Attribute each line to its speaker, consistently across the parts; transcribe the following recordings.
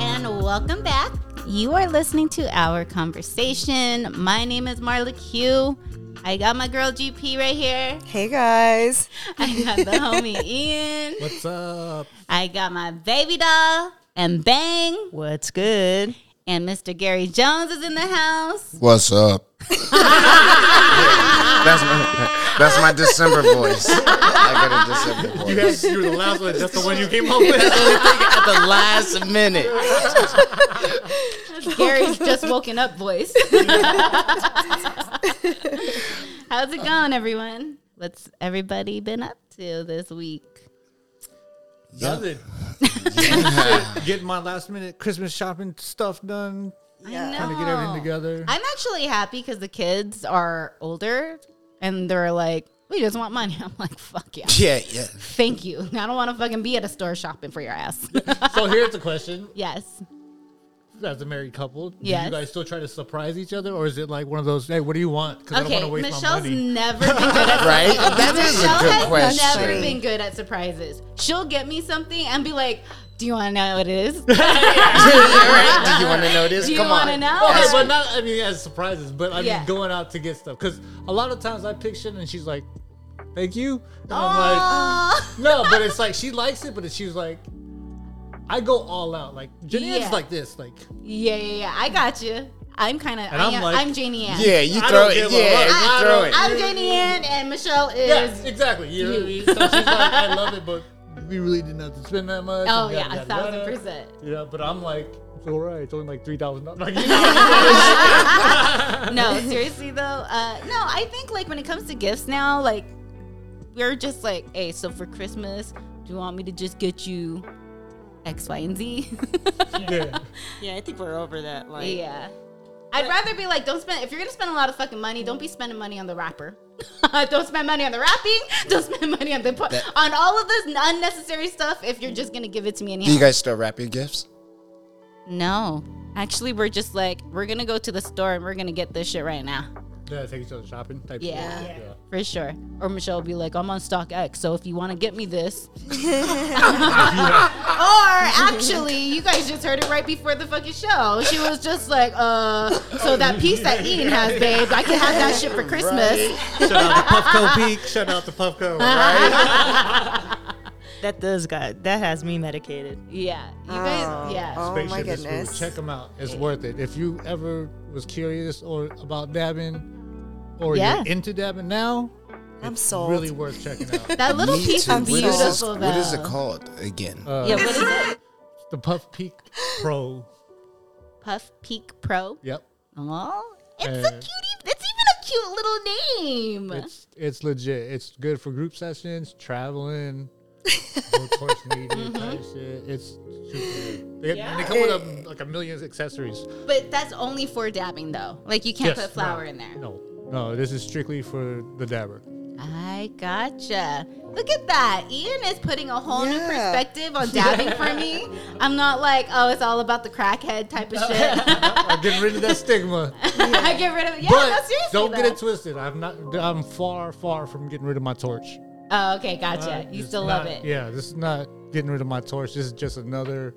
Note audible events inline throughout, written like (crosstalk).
Speaker 1: Welcome back. You are listening to our conversation. My name is Marla Q. I got my girl GP right here.
Speaker 2: Hey guys.
Speaker 1: I got the
Speaker 3: (laughs)
Speaker 1: homie Ian.
Speaker 3: What's up?
Speaker 1: I got my baby doll and Bang.
Speaker 2: What's good?
Speaker 1: And Mr. Gary Jones is in the
Speaker 3: (laughs)
Speaker 1: house.
Speaker 4: What's up? (laughs) that's my that's my December voice. I got a December
Speaker 3: You
Speaker 4: voice.
Speaker 3: had you were the last one. That's the one you came (laughs) up with.
Speaker 4: At the last minute.
Speaker 1: Gary's just woken up
Speaker 3: (laughs)
Speaker 1: voice. How's it going, everyone? What's everybody been up to this week?
Speaker 3: Nothing. Getting my last minute Christmas shopping stuff done.
Speaker 1: I know.
Speaker 3: Trying to get everything
Speaker 1: Oh.
Speaker 3: together.
Speaker 1: I'm actually happy because the kids are older and they're like, we just want money. (laughs) I'm like, fuck yeah.
Speaker 4: Yeah, yeah.
Speaker 1: Thank you. I don't want to fucking be at a store shopping for your ass. (laughs)
Speaker 3: so here's the question:
Speaker 1: yes.
Speaker 3: As a married couple, do
Speaker 1: Yes.
Speaker 3: you guys still try to surprise each other, or is it like one of those? Hey, what do you want? Because I
Speaker 1: Okay.
Speaker 3: don't want to waste
Speaker 1: Michelle's
Speaker 3: my money.
Speaker 1: never been
Speaker 3: (laughs)
Speaker 1: good at
Speaker 4: Right? That is
Speaker 1: Michelle
Speaker 4: a
Speaker 1: has
Speaker 4: good question.
Speaker 1: never been good at surprises. She'll get me something and be like, do you want to know what it
Speaker 3: (laughs)
Speaker 1: is?
Speaker 4: Yeah, right? Do you want to know this?
Speaker 1: Do you
Speaker 4: Come
Speaker 1: want to
Speaker 4: on.
Speaker 1: know?
Speaker 3: Okay,
Speaker 1: (laughs)
Speaker 3: but not I mean as surprises, but I mean
Speaker 1: Yeah.
Speaker 3: going out to get stuff. Because a lot of times I pick shit and she's like, "Thank you," and I'm like,
Speaker 1: Aw.
Speaker 3: No, but it's like she likes it, but it's- she's like, I go all out. Like Janine's
Speaker 1: Yeah.
Speaker 3: like this. Like
Speaker 1: yeah, yeah, yeah. I got you. I'm kind of,
Speaker 3: And I'm
Speaker 1: I'm,
Speaker 3: like-
Speaker 1: I'm Janie Ann.
Speaker 4: Yeah, you
Speaker 3: I
Speaker 4: throw
Speaker 3: don't
Speaker 4: it.
Speaker 3: give a
Speaker 4: Yeah,
Speaker 3: fuck. I
Speaker 4: you throw
Speaker 3: don't-
Speaker 4: it.
Speaker 1: I'm Janie Ann and Michelle is
Speaker 3: yes, exactly. You know what I mean? So she's like, I love it, but we really didn't have to spend that much.
Speaker 1: Oh
Speaker 3: and
Speaker 1: yeah,
Speaker 3: yada,
Speaker 1: a
Speaker 3: yada,
Speaker 1: thousand
Speaker 3: yada.
Speaker 1: percent.
Speaker 3: Yeah, but I'm like, it's all right. It's only like three thousand dollars.
Speaker 1: (laughs) No, seriously though, uh, no. I think like when it comes to gifts now, like we're just like, hey, so for Christmas, do you want me to just get you X, Y, and Z?
Speaker 3: yeah.
Speaker 2: Yeah, I think we're over that.
Speaker 1: (laughs)
Speaker 2: Like,
Speaker 1: yeah. I'd rather be like, don't spend. If you're gonna spend a lot of fucking money, don't be spending money on the wrapper. (laughs) don't spend money on the wrapping. (laughs) Don't spend money on the pu- on all of this unnecessary stuff. If you're just gonna give it to me in
Speaker 4: Do
Speaker 1: hand.
Speaker 4: you guys still wrap your gifts?
Speaker 1: no, actually, we're just like, we're gonna go to the store and we're gonna get this shit right now.
Speaker 3: yeah, take each other shopping. Type shit.
Speaker 1: Yeah. For sure. Or Michelle will be like, I'm on Stock X, so if you want to get me (laughs) this. or actually, you guys just heard it right before the fucking show. She was just like, uh, so that piece that Ian has, babe, I can have that shit for Christmas.
Speaker 3: Shout out to Puffco Peak. Shout out to Puffco.
Speaker 1: (laughs)
Speaker 5: That does got that has me medicated.
Speaker 1: Yeah. You guys,
Speaker 2: Oh.
Speaker 1: yeah.
Speaker 2: Oh. my
Speaker 3: is food.
Speaker 2: goodness.
Speaker 3: Check them out. It's worth it. If you ever was curious or about dabbing, or
Speaker 1: Yeah.
Speaker 3: you're into dabbing now,
Speaker 2: I'm
Speaker 3: it's
Speaker 2: sold.
Speaker 3: really worth checking out.
Speaker 1: That little
Speaker 4: Me
Speaker 1: piece
Speaker 4: too.
Speaker 1: is
Speaker 4: What is this-
Speaker 1: beautiful,
Speaker 4: What is it
Speaker 1: though.
Speaker 4: called again?
Speaker 3: Uh,
Speaker 1: Yeah, what is it?
Speaker 3: The Puff Peak Pro.
Speaker 1: Puff Peak Pro.
Speaker 3: Yep.
Speaker 1: Oh, it's
Speaker 3: Uh,
Speaker 1: a cutie. It's even a cute little name.
Speaker 3: It's it's legit. It's good for group sessions,
Speaker 1: (laughs)
Speaker 3: traveling, workforce media type
Speaker 1: Mm-hmm.
Speaker 3: shit. It's super. good. They, and they come with a, like a million accessories.
Speaker 1: But that's only for dabbing, though. Like you can't
Speaker 3: Yes,
Speaker 1: put flour
Speaker 3: no,
Speaker 1: in there.
Speaker 3: No, no. This is strictly for the dabber.
Speaker 1: I gotcha. Look at that. Ian is putting a whole new
Speaker 2: Yeah.
Speaker 1: perspective
Speaker 4: (laughs)
Speaker 1: on dabbing for me. I'm not like, oh, it's all about the crackhead type of
Speaker 3: (laughs)
Speaker 1: shit. (laughs)
Speaker 3: I'm getting rid of that stigma.
Speaker 1: I get rid of it. Yeah,
Speaker 3: but
Speaker 1: no, seriously.
Speaker 3: don't get
Speaker 1: though.
Speaker 3: it twisted. I'm not. I'm far, far from getting rid of my torch.
Speaker 1: Oh, okay, gotcha.
Speaker 3: Uh,
Speaker 1: you
Speaker 3: it's
Speaker 1: still love
Speaker 3: not-
Speaker 1: it.
Speaker 3: Yeah, this is not getting rid of my torch. This is just another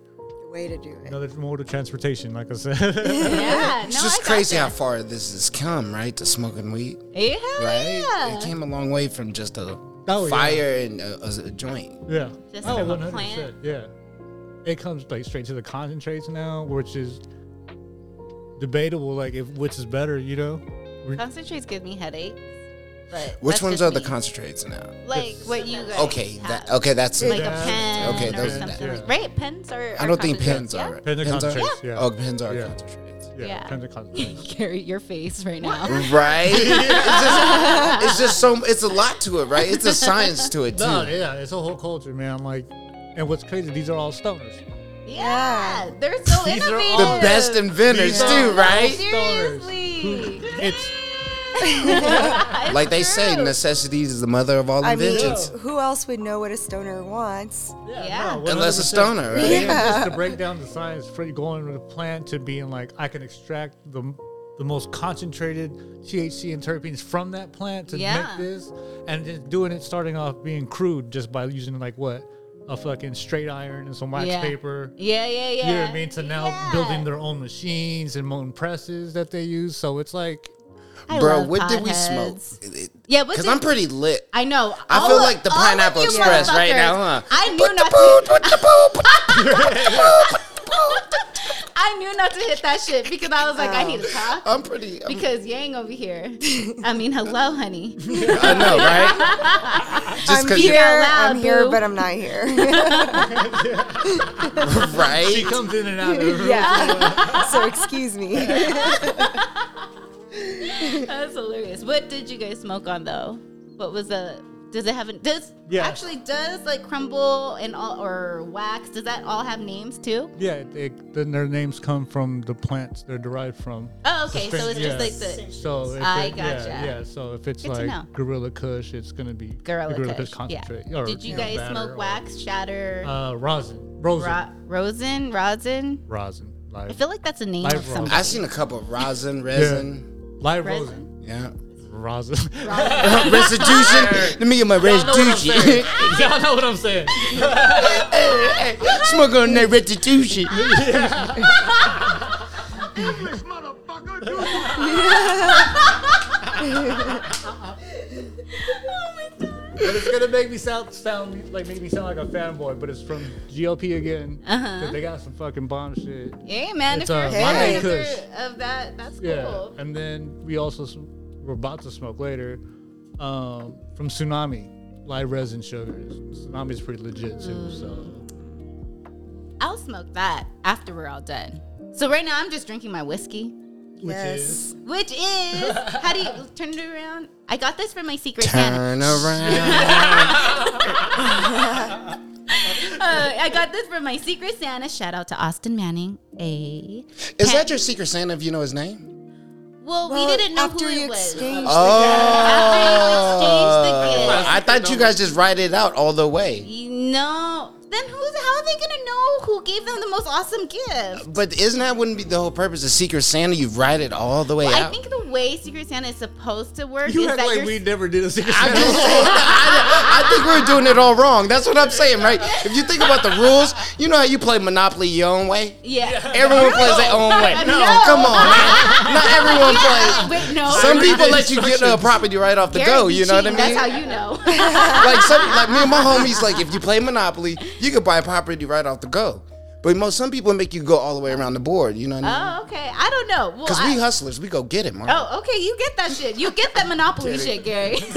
Speaker 2: Way to do it.
Speaker 3: another mode of transportation. Like I said, (laughs)
Speaker 1: Yeah, no,
Speaker 4: It's
Speaker 1: I
Speaker 4: just
Speaker 1: gotcha.
Speaker 4: crazy how far this has come, right? To smoking weed,
Speaker 1: Yeah,
Speaker 4: right?
Speaker 1: yeah.
Speaker 4: It came a long way from just a
Speaker 3: Oh, yeah.
Speaker 4: fire and a, a- a joint.
Speaker 3: yeah,
Speaker 1: Just
Speaker 3: oh,
Speaker 1: from a
Speaker 3: 100%,
Speaker 1: plant?
Speaker 3: Yeah, it comes like straight to the concentrates now, which is debatable. Like if which is better, you know. We're-
Speaker 1: Concentrates give me headaches. But
Speaker 4: Which
Speaker 1: that's
Speaker 4: ones
Speaker 1: just
Speaker 4: are the
Speaker 1: me.
Speaker 4: concentrates now?
Speaker 1: like what you guys
Speaker 4: Okay,
Speaker 1: have.
Speaker 4: that, okay, that's
Speaker 1: like
Speaker 4: it.
Speaker 1: a pen
Speaker 4: Okay,
Speaker 1: or
Speaker 4: those are
Speaker 1: something
Speaker 3: that.
Speaker 1: like right pens are.
Speaker 4: I
Speaker 1: are
Speaker 4: don't think
Speaker 1: concentrates,
Speaker 4: pins
Speaker 1: yeah?
Speaker 4: are. right?
Speaker 3: Pens are concentrates, yeah.
Speaker 4: Oh, pins are
Speaker 3: Yeah.
Speaker 4: concentrates.
Speaker 3: yeah,
Speaker 1: Yeah.
Speaker 3: Depends on
Speaker 1: (laughs)
Speaker 3: concentrates.
Speaker 1: Gary, your face right now.
Speaker 3: (laughs)
Speaker 4: Right? it's, just, it's just so. It's a lot to it, right? It's a science to it
Speaker 3: (laughs)
Speaker 4: too.
Speaker 3: no, yeah, it's a whole culture, man. I'm like, and what's crazy? These are all stoners.
Speaker 1: Yeah, they're so
Speaker 3: (laughs) These are
Speaker 1: innovative.
Speaker 3: all-
Speaker 4: the best inventors
Speaker 3: These are
Speaker 4: too,
Speaker 3: all
Speaker 4: right?
Speaker 3: stoners.
Speaker 1: Seriously.
Speaker 3: It's
Speaker 4: Like they say,
Speaker 1: True.
Speaker 4: necessity is the mother of all
Speaker 2: I mean,
Speaker 4: inventions.
Speaker 2: who else would know what a stoner wants?
Speaker 1: Yeah.
Speaker 3: Yeah, no,
Speaker 4: Unless it's
Speaker 3: 100%.
Speaker 4: stoner, right?
Speaker 3: Yeah, just
Speaker 1: (laughs)
Speaker 3: to break down the science for going with a plant to being like, I can extract the the most concentrated THC and terpenes from that plant to
Speaker 1: Yeah.
Speaker 3: make this, and just doing it starting off being crude just by using like what a fucking straight iron and some wax
Speaker 1: Yeah.
Speaker 3: paper.
Speaker 1: Yeah, yeah, yeah.
Speaker 3: You know what I mean? To now
Speaker 1: Yeah.
Speaker 3: building their own machines and own presses that they use. So it's like,
Speaker 1: I
Speaker 4: Bro,
Speaker 1: love
Speaker 4: what did we smoke?
Speaker 1: potheads. Yeah, what
Speaker 4: Because
Speaker 1: did-
Speaker 4: I'm pretty lit.
Speaker 1: I know.
Speaker 4: I
Speaker 1: All
Speaker 4: feel
Speaker 1: of-
Speaker 4: like the
Speaker 1: all of
Speaker 4: Pineapple
Speaker 1: you
Speaker 4: Express right
Speaker 1: motherfuckers,
Speaker 4: now, huh?
Speaker 1: I knew
Speaker 4: Put the
Speaker 1: not
Speaker 4: poop,
Speaker 1: to.
Speaker 4: put the poop, put the
Speaker 1: (laughs) I knew not to hit that shit because I was like, I need to talk.
Speaker 4: I'm pretty. I'm,
Speaker 1: Because Yang over here. (laughs) I mean, hello, honey. (laughs)
Speaker 4: I know, right? Just
Speaker 2: I'm
Speaker 4: because
Speaker 2: here.
Speaker 4: you're
Speaker 1: loud,
Speaker 2: I'm here,
Speaker 1: boo.
Speaker 2: but I'm not
Speaker 1: (laughs)
Speaker 2: here.
Speaker 3: she
Speaker 4: (laughs) right.
Speaker 3: comes in and out of the
Speaker 1: (laughs)
Speaker 3: room.
Speaker 2: yeah. (laughs) so excuse me.
Speaker 1: That's hilarious. What did you guys smoke on though? What was the? Does it have? A, does
Speaker 3: Yeah.
Speaker 1: actually does like crumble and all or wax? Does that all have names too?
Speaker 3: Yeah, they, then their names come from the plants they're derived from.
Speaker 1: Oh, okay. So it's
Speaker 3: yeah.
Speaker 1: just like the
Speaker 3: So if
Speaker 1: I
Speaker 3: it-
Speaker 1: gotcha.
Speaker 3: Yeah, yeah, so if it's
Speaker 1: Good to know.
Speaker 3: like Gorilla Kush, it's gonna be
Speaker 1: gorilla,
Speaker 3: Gorilla
Speaker 1: Kush.
Speaker 3: Kush concentrate.
Speaker 1: Yeah.
Speaker 3: or,
Speaker 1: Did you
Speaker 3: know,
Speaker 1: guys
Speaker 3: batter
Speaker 1: smoke
Speaker 3: or,
Speaker 1: wax, shatter,
Speaker 3: Uh, rosin, rosin,
Speaker 1: ro- rosin, rosin?
Speaker 3: rosin, live,
Speaker 1: I feel like that's a name
Speaker 3: Live
Speaker 1: of something.
Speaker 4: I seen a couple of rosin, resin.
Speaker 3: live rosin,
Speaker 1: Resin?
Speaker 4: (laughs) Yeah.
Speaker 1: (laughs)
Speaker 3: rosin.
Speaker 4: Restitution. Let me get my restitution.
Speaker 3: (laughs) Y'all know what I'm saying.
Speaker 4: (laughs) Smoke on that restitution.
Speaker 3: But it's gonna make me sound sound like make me sound like a fanboy. But it's from GLP again. Uh-huh. They got some fucking bomb shit.
Speaker 1: Yeah, man.
Speaker 3: It's,
Speaker 1: if you're
Speaker 3: uh,
Speaker 1: a
Speaker 3: my
Speaker 1: fan
Speaker 3: name
Speaker 1: of
Speaker 3: Kush.
Speaker 1: your- of that, that's
Speaker 3: Yeah,
Speaker 1: cool.
Speaker 3: and then we also s- we're about to smoke later um, from Tsunami live resin sugars. Tsunami's pretty legit too.
Speaker 1: Mm.
Speaker 3: So
Speaker 1: I'll smoke that after we're all done. So right now I'm just drinking my whiskey.
Speaker 3: which
Speaker 2: yes.
Speaker 3: is
Speaker 1: Which
Speaker 3: (laughs)
Speaker 1: is how do you turn it around? I got this from my secret Santa.
Speaker 4: (laughs) Turn around.
Speaker 1: Uh, I got this from my secret Santa. Shout out to Austin Manning. A
Speaker 4: Is that your secret Santa if you know his name?
Speaker 1: well,
Speaker 2: Well,
Speaker 1: we didn't know
Speaker 2: after
Speaker 1: who
Speaker 2: you
Speaker 1: it was.
Speaker 2: exchange
Speaker 4: Oh.
Speaker 1: After
Speaker 3: Oh.
Speaker 1: you exchange the gift,
Speaker 4: Uh, I thought you guys just write it out all the way.
Speaker 1: you know. Then who's how are they gonna know who gave them the most awesome gift?
Speaker 4: But isn't that wouldn't be the whole purpose of Secret Santa? You write it all the way
Speaker 1: I
Speaker 4: out.
Speaker 1: think the way Secret Santa is supposed to work
Speaker 3: you
Speaker 1: is
Speaker 3: act
Speaker 1: that
Speaker 3: like
Speaker 1: you're
Speaker 3: we never did a secret.
Speaker 4: I'm just saying, (laughs) I, I think we're doing it all wrong. That's what I'm saying, right? If you think about the rules, you know how you play Monopoly your own way.
Speaker 1: yeah.
Speaker 4: Everyone plays their own (laughs) way.
Speaker 1: No.
Speaker 4: come on, man. Not (laughs) everyone plays.
Speaker 1: Wait, no.
Speaker 4: Some people let you get a property right off the
Speaker 1: Gary
Speaker 4: go.
Speaker 1: be
Speaker 4: You know what I mean?
Speaker 1: cheating.
Speaker 4: (laughs)
Speaker 1: That's how you
Speaker 3: (laughs)
Speaker 1: know.
Speaker 4: like some, like me and my homies, like if you play Monopoly, you could buy property right off the go. But most some people make you go all the way around the board. You know what I mean?
Speaker 1: oh, okay. I don't know. Well,
Speaker 4: Because
Speaker 1: I-
Speaker 4: we hustlers, we go get it, man.
Speaker 1: Oh, okay. You get that shit. You get that monopoly shit, Gary.
Speaker 4: (laughs)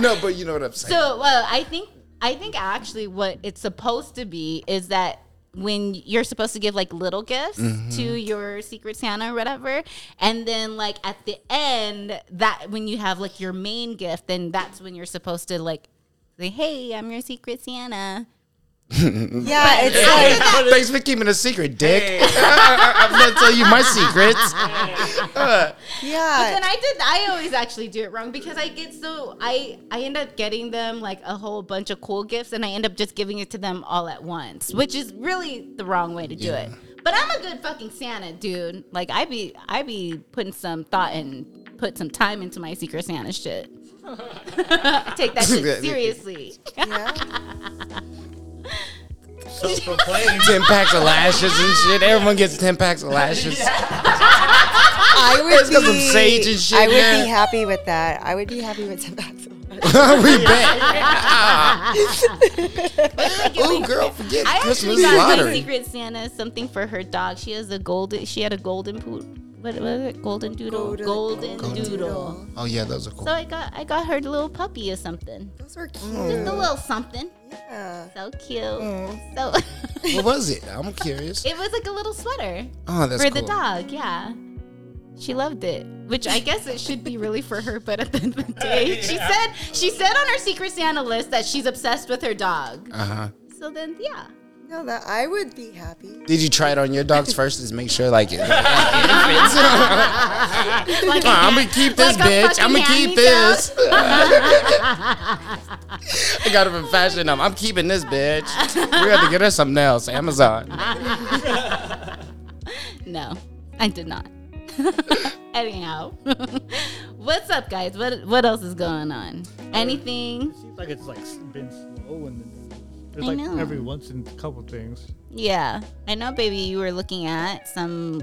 Speaker 4: No, but you know what I'm saying.
Speaker 1: so, well, I think I think actually what it's supposed to be is that when you're supposed to give like little gifts to your secret Santa or whatever, and then like at the end that when you have like your main gift, then that's when you're supposed to like say, "Hey, I'm your secret Santa."
Speaker 2: Yeah, it's like
Speaker 4: (laughs) Thanks for keeping a secret, Dick. (laughs) I'm gonna tell you my secrets.
Speaker 2: yeah.
Speaker 1: And I did. I always actually do it wrong because I get so I I end up getting them like a whole bunch of cool gifts, and I end up just giving it to them all at once, which is really the wrong way to do it. But I'm a good fucking Santa, dude. Like I be I be putting some thought and put some time into my Secret Santa shit. (laughs) I Take that
Speaker 4: (laughs)
Speaker 1: shit seriously. (laughs)
Speaker 2: yeah.
Speaker 4: Ten packs of lashes and shit. Everyone gets ten packs of lashes.
Speaker 2: I would
Speaker 4: got some
Speaker 2: be-
Speaker 4: sage and shit,
Speaker 2: I would
Speaker 4: man.
Speaker 2: be happy with that. I would be happy with some basketball.
Speaker 4: (laughs) we bet. Ah, Ooh, Oh, girl, forget
Speaker 1: I actually
Speaker 4: Christmas
Speaker 1: got my
Speaker 4: lottery.
Speaker 1: Secret Santa something for her dog. She has a golden. She had a golden poo. What was it? Golden doodle.
Speaker 2: Golden-
Speaker 1: Golden, doodle.
Speaker 4: Oh yeah, those are cool.
Speaker 1: So I got I got her little puppy or something.
Speaker 2: (laughs) Those were cute.
Speaker 4: Mm.
Speaker 1: Just a little something.
Speaker 2: Yeah.
Speaker 1: So cute. So (laughs)
Speaker 4: What was it? I'm curious.
Speaker 1: it was like a little sweater
Speaker 4: Oh, that's
Speaker 1: for
Speaker 4: cool.
Speaker 1: the dog. Yeah. She loved it, which I guess it should be really for her. But at the end of the day,
Speaker 4: (laughs)
Speaker 1: she said she said on her Secret Santa list that she's obsessed with her dog.
Speaker 4: Uh huh.
Speaker 1: So then,
Speaker 4: (laughs)
Speaker 1: yeah.
Speaker 2: No, that I would be happy.
Speaker 4: Did you try it on your dogs first? Just make sure
Speaker 1: (laughs)
Speaker 4: like (laughs) it. Like,
Speaker 1: Like
Speaker 4: I'm gonna keep this,
Speaker 1: Like a
Speaker 4: bitch.
Speaker 1: fucking
Speaker 4: I'm gonna keep
Speaker 1: hand-me-down.
Speaker 4: this. (laughs) I got it from Fashion Nova. I'm keeping this, bitch. We have to get her something else. Amazon. (laughs)
Speaker 1: (laughs) No, I did not. (laughs) Anyhow, (laughs) what's up, guys? What what else is going on? Anything?
Speaker 3: Seems like it's like been slow and then There's
Speaker 1: I
Speaker 3: like
Speaker 1: know.
Speaker 3: every once in a couple things.
Speaker 1: Yeah, I know, baby. You were looking at some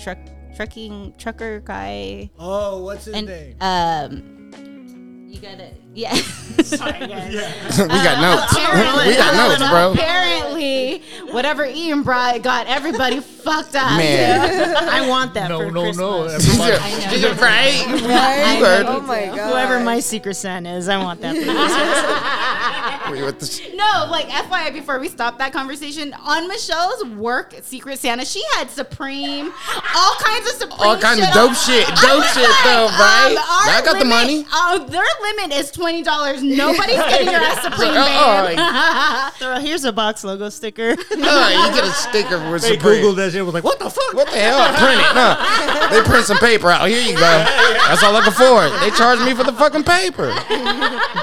Speaker 1: truck trucking trucker guy,
Speaker 3: Oh, what's his
Speaker 1: and
Speaker 3: name?
Speaker 1: um, you gotta yeah. (laughs)
Speaker 4: we got notes. (laughs) we got notes, bro.
Speaker 1: Apparently, whatever Ian brought got everybody fucked up. (laughs)
Speaker 4: Man, (laughs)
Speaker 5: I want that
Speaker 3: no,
Speaker 5: for
Speaker 3: no, no.
Speaker 5: Christmas.
Speaker 4: Everybody-
Speaker 1: I know.
Speaker 4: right?
Speaker 1: (laughs) I
Speaker 2: Right?
Speaker 1: know
Speaker 2: Oh
Speaker 1: you
Speaker 2: my
Speaker 1: do.
Speaker 2: god.
Speaker 5: Whoever my secret Santa is, I want that for Christmas.
Speaker 4: Wait, what the-
Speaker 1: No, like FYI, before we stop that conversation, on Michelle's work Secret Santa, she had Supreme, all kinds of Supreme,
Speaker 4: all kind of
Speaker 1: shit
Speaker 4: dope
Speaker 1: on-
Speaker 4: shit,
Speaker 1: I
Speaker 4: dope
Speaker 1: was
Speaker 4: shit though,
Speaker 1: like, um,
Speaker 4: right?
Speaker 1: our
Speaker 4: I got the
Speaker 1: limit-
Speaker 4: money.
Speaker 1: Uh, their limit is twenty dollars. Nobody's getting your ass Supreme,
Speaker 4: Oh,
Speaker 1: babe.
Speaker 5: Throw- Here's a box logo sticker.
Speaker 4: Uh, you get a sticker for
Speaker 3: They
Speaker 4: Supreme.
Speaker 3: Googled that shit. Was like, what the fuck?
Speaker 4: What the hell? I print it. Huh? They print some paper out. Here you go. That's all I can afford. They charge me for the fucking paper. uh.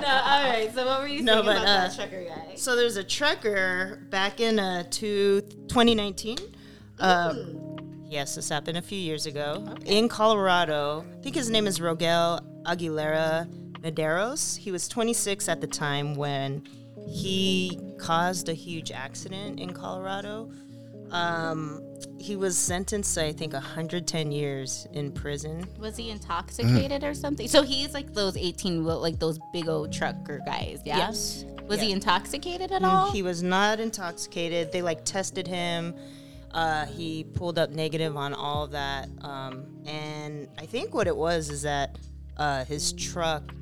Speaker 1: No, all right. So what were you saying
Speaker 5: No, but,
Speaker 1: about
Speaker 5: uh,
Speaker 1: that trucker guy?
Speaker 5: So there's a trucker back in uh, two, 2019. Um, yes, this happened a few years ago in Colorado. I think his name is Rogel Aguilera Naderos. He was 26 at the time when he caused a huge accident in Colorado. Um, he was sentenced to, I think, 110 years in prison.
Speaker 1: Was he intoxicated or something? So he's like those eighteen, wheel- like those big old trucker guys. Yeah?
Speaker 5: Yes.
Speaker 1: Was he intoxicated at
Speaker 5: Mm,
Speaker 1: all?
Speaker 5: He was not intoxicated. They like tested him. Uh, he pulled up negative on all of that. Um, and I think what it was is that uh, his truck,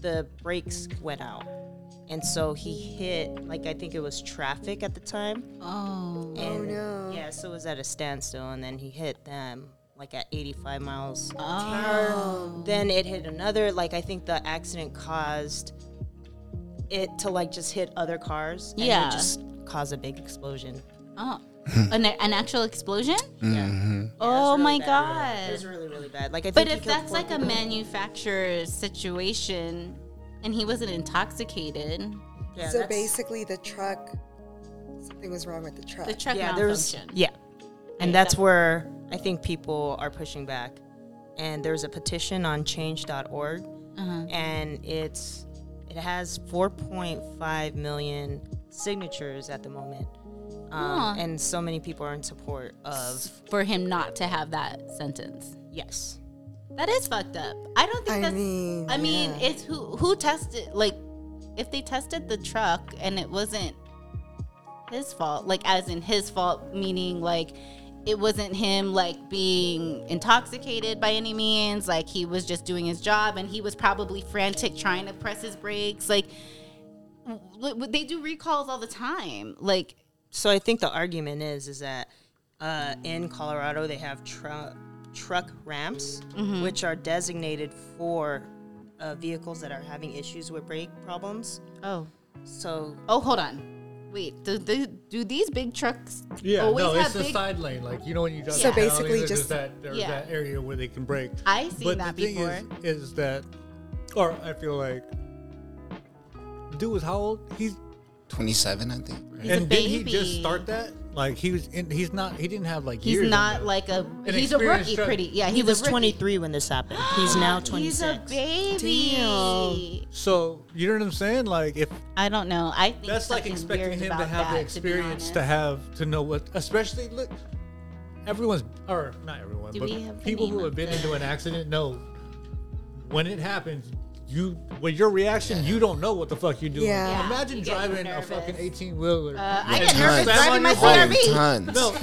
Speaker 5: the brakes went out. And so he hit, like, I think it was traffic at the time.
Speaker 1: oh. (laughs)
Speaker 5: oh, no. Yeah, so it was at a standstill. And then he hit them, like, at 85 miles
Speaker 1: Oh.
Speaker 5: then it hit another like i think the accident caused it to like just hit other cars and it
Speaker 1: Yeah.
Speaker 5: just cause a big explosion
Speaker 1: Oh, an, an actual explosion?
Speaker 4: Mm-hmm.
Speaker 5: Yeah,
Speaker 1: Oh
Speaker 5: it's really
Speaker 1: my
Speaker 5: bad. it was
Speaker 1: god.
Speaker 5: really really bad like i
Speaker 1: But
Speaker 5: think
Speaker 1: if that's like a manufacturer's situation and he wasn't intoxicated,
Speaker 5: yeah,
Speaker 2: so
Speaker 5: that's-
Speaker 2: basically, the truck, something was wrong with the truck.
Speaker 1: the truck
Speaker 5: yeah there's
Speaker 1: malfunction.
Speaker 5: yeah and that's where i think people are pushing back and there's a petition on change.org and it's it has 4.5 million signatures at the moment
Speaker 1: Huh.
Speaker 5: um, and so many people are in support of
Speaker 1: For him not to have that sentence.
Speaker 5: yes
Speaker 1: That is fucked up. I don't think
Speaker 2: I
Speaker 1: that's
Speaker 2: mean,
Speaker 1: I mean,
Speaker 2: yeah.
Speaker 1: it's who who tested like if they tested the truck and it wasn't his fault, like as in his fault meaning like it wasn't him like being intoxicated by any means, like he was just doing his job and he was probably frantic trying to press his brakes like w- w- they do recalls all the time. Like
Speaker 5: so I think the argument is is that uh, in Colorado they have tru- truck ramps, which are designated for uh, vehicles that are having issues with brake problems.
Speaker 1: oh,
Speaker 5: So
Speaker 1: oh, hold on. Wait, do, do, do these big trucks
Speaker 3: Yeah,
Speaker 1: always
Speaker 3: no,
Speaker 1: have
Speaker 3: it's the
Speaker 1: big
Speaker 3: side lane. Like you know when you drive.
Speaker 2: So
Speaker 3: down, there's
Speaker 2: basically just-
Speaker 3: that there's
Speaker 1: Yeah.
Speaker 3: that area where they can break.
Speaker 1: I seen
Speaker 3: but
Speaker 1: that
Speaker 3: the thing
Speaker 1: before.
Speaker 3: Is, is that, or I feel like, dude was how old? He's
Speaker 4: 27, I think.
Speaker 1: He's a
Speaker 3: and did he
Speaker 1: baby.
Speaker 3: just start that? Like he was in. He's not. He didn't have like.
Speaker 1: He's
Speaker 3: years on
Speaker 1: not
Speaker 3: that.
Speaker 1: like a
Speaker 3: An
Speaker 1: he's a
Speaker 3: experienced
Speaker 1: rookie
Speaker 3: truck-
Speaker 1: pretty. Yeah,
Speaker 5: he
Speaker 1: he's
Speaker 5: was
Speaker 1: a rookie.
Speaker 5: 23 when this happened. (gasps) He's now 26.
Speaker 1: He's a baby.
Speaker 3: So you know what I'm saying? Like if
Speaker 1: I don't know. I think
Speaker 3: that's like
Speaker 1: something
Speaker 3: expecting
Speaker 1: weird
Speaker 3: him to
Speaker 1: about
Speaker 3: have
Speaker 1: that,
Speaker 3: the
Speaker 1: be
Speaker 3: experience to,
Speaker 1: honest.
Speaker 3: have to know what. Especially look, everyone's or not everyone,
Speaker 1: Do
Speaker 3: but
Speaker 1: we have the
Speaker 3: people
Speaker 1: name
Speaker 3: who
Speaker 1: of
Speaker 3: have been
Speaker 1: the-
Speaker 3: into an accident know when it happens. You with your reaction, you don't know what the fuck you're doing.
Speaker 2: Yeah. Yeah,
Speaker 3: Imagine
Speaker 1: you get
Speaker 3: driving a
Speaker 1: nervous.
Speaker 3: fucking 18 wheeler.
Speaker 1: Uh, I get
Speaker 4: Tons.
Speaker 1: nervous
Speaker 4: Slam
Speaker 1: driving
Speaker 3: on
Speaker 1: my
Speaker 3: your phone.
Speaker 4: Oh,
Speaker 1: CRV.
Speaker 4: tons.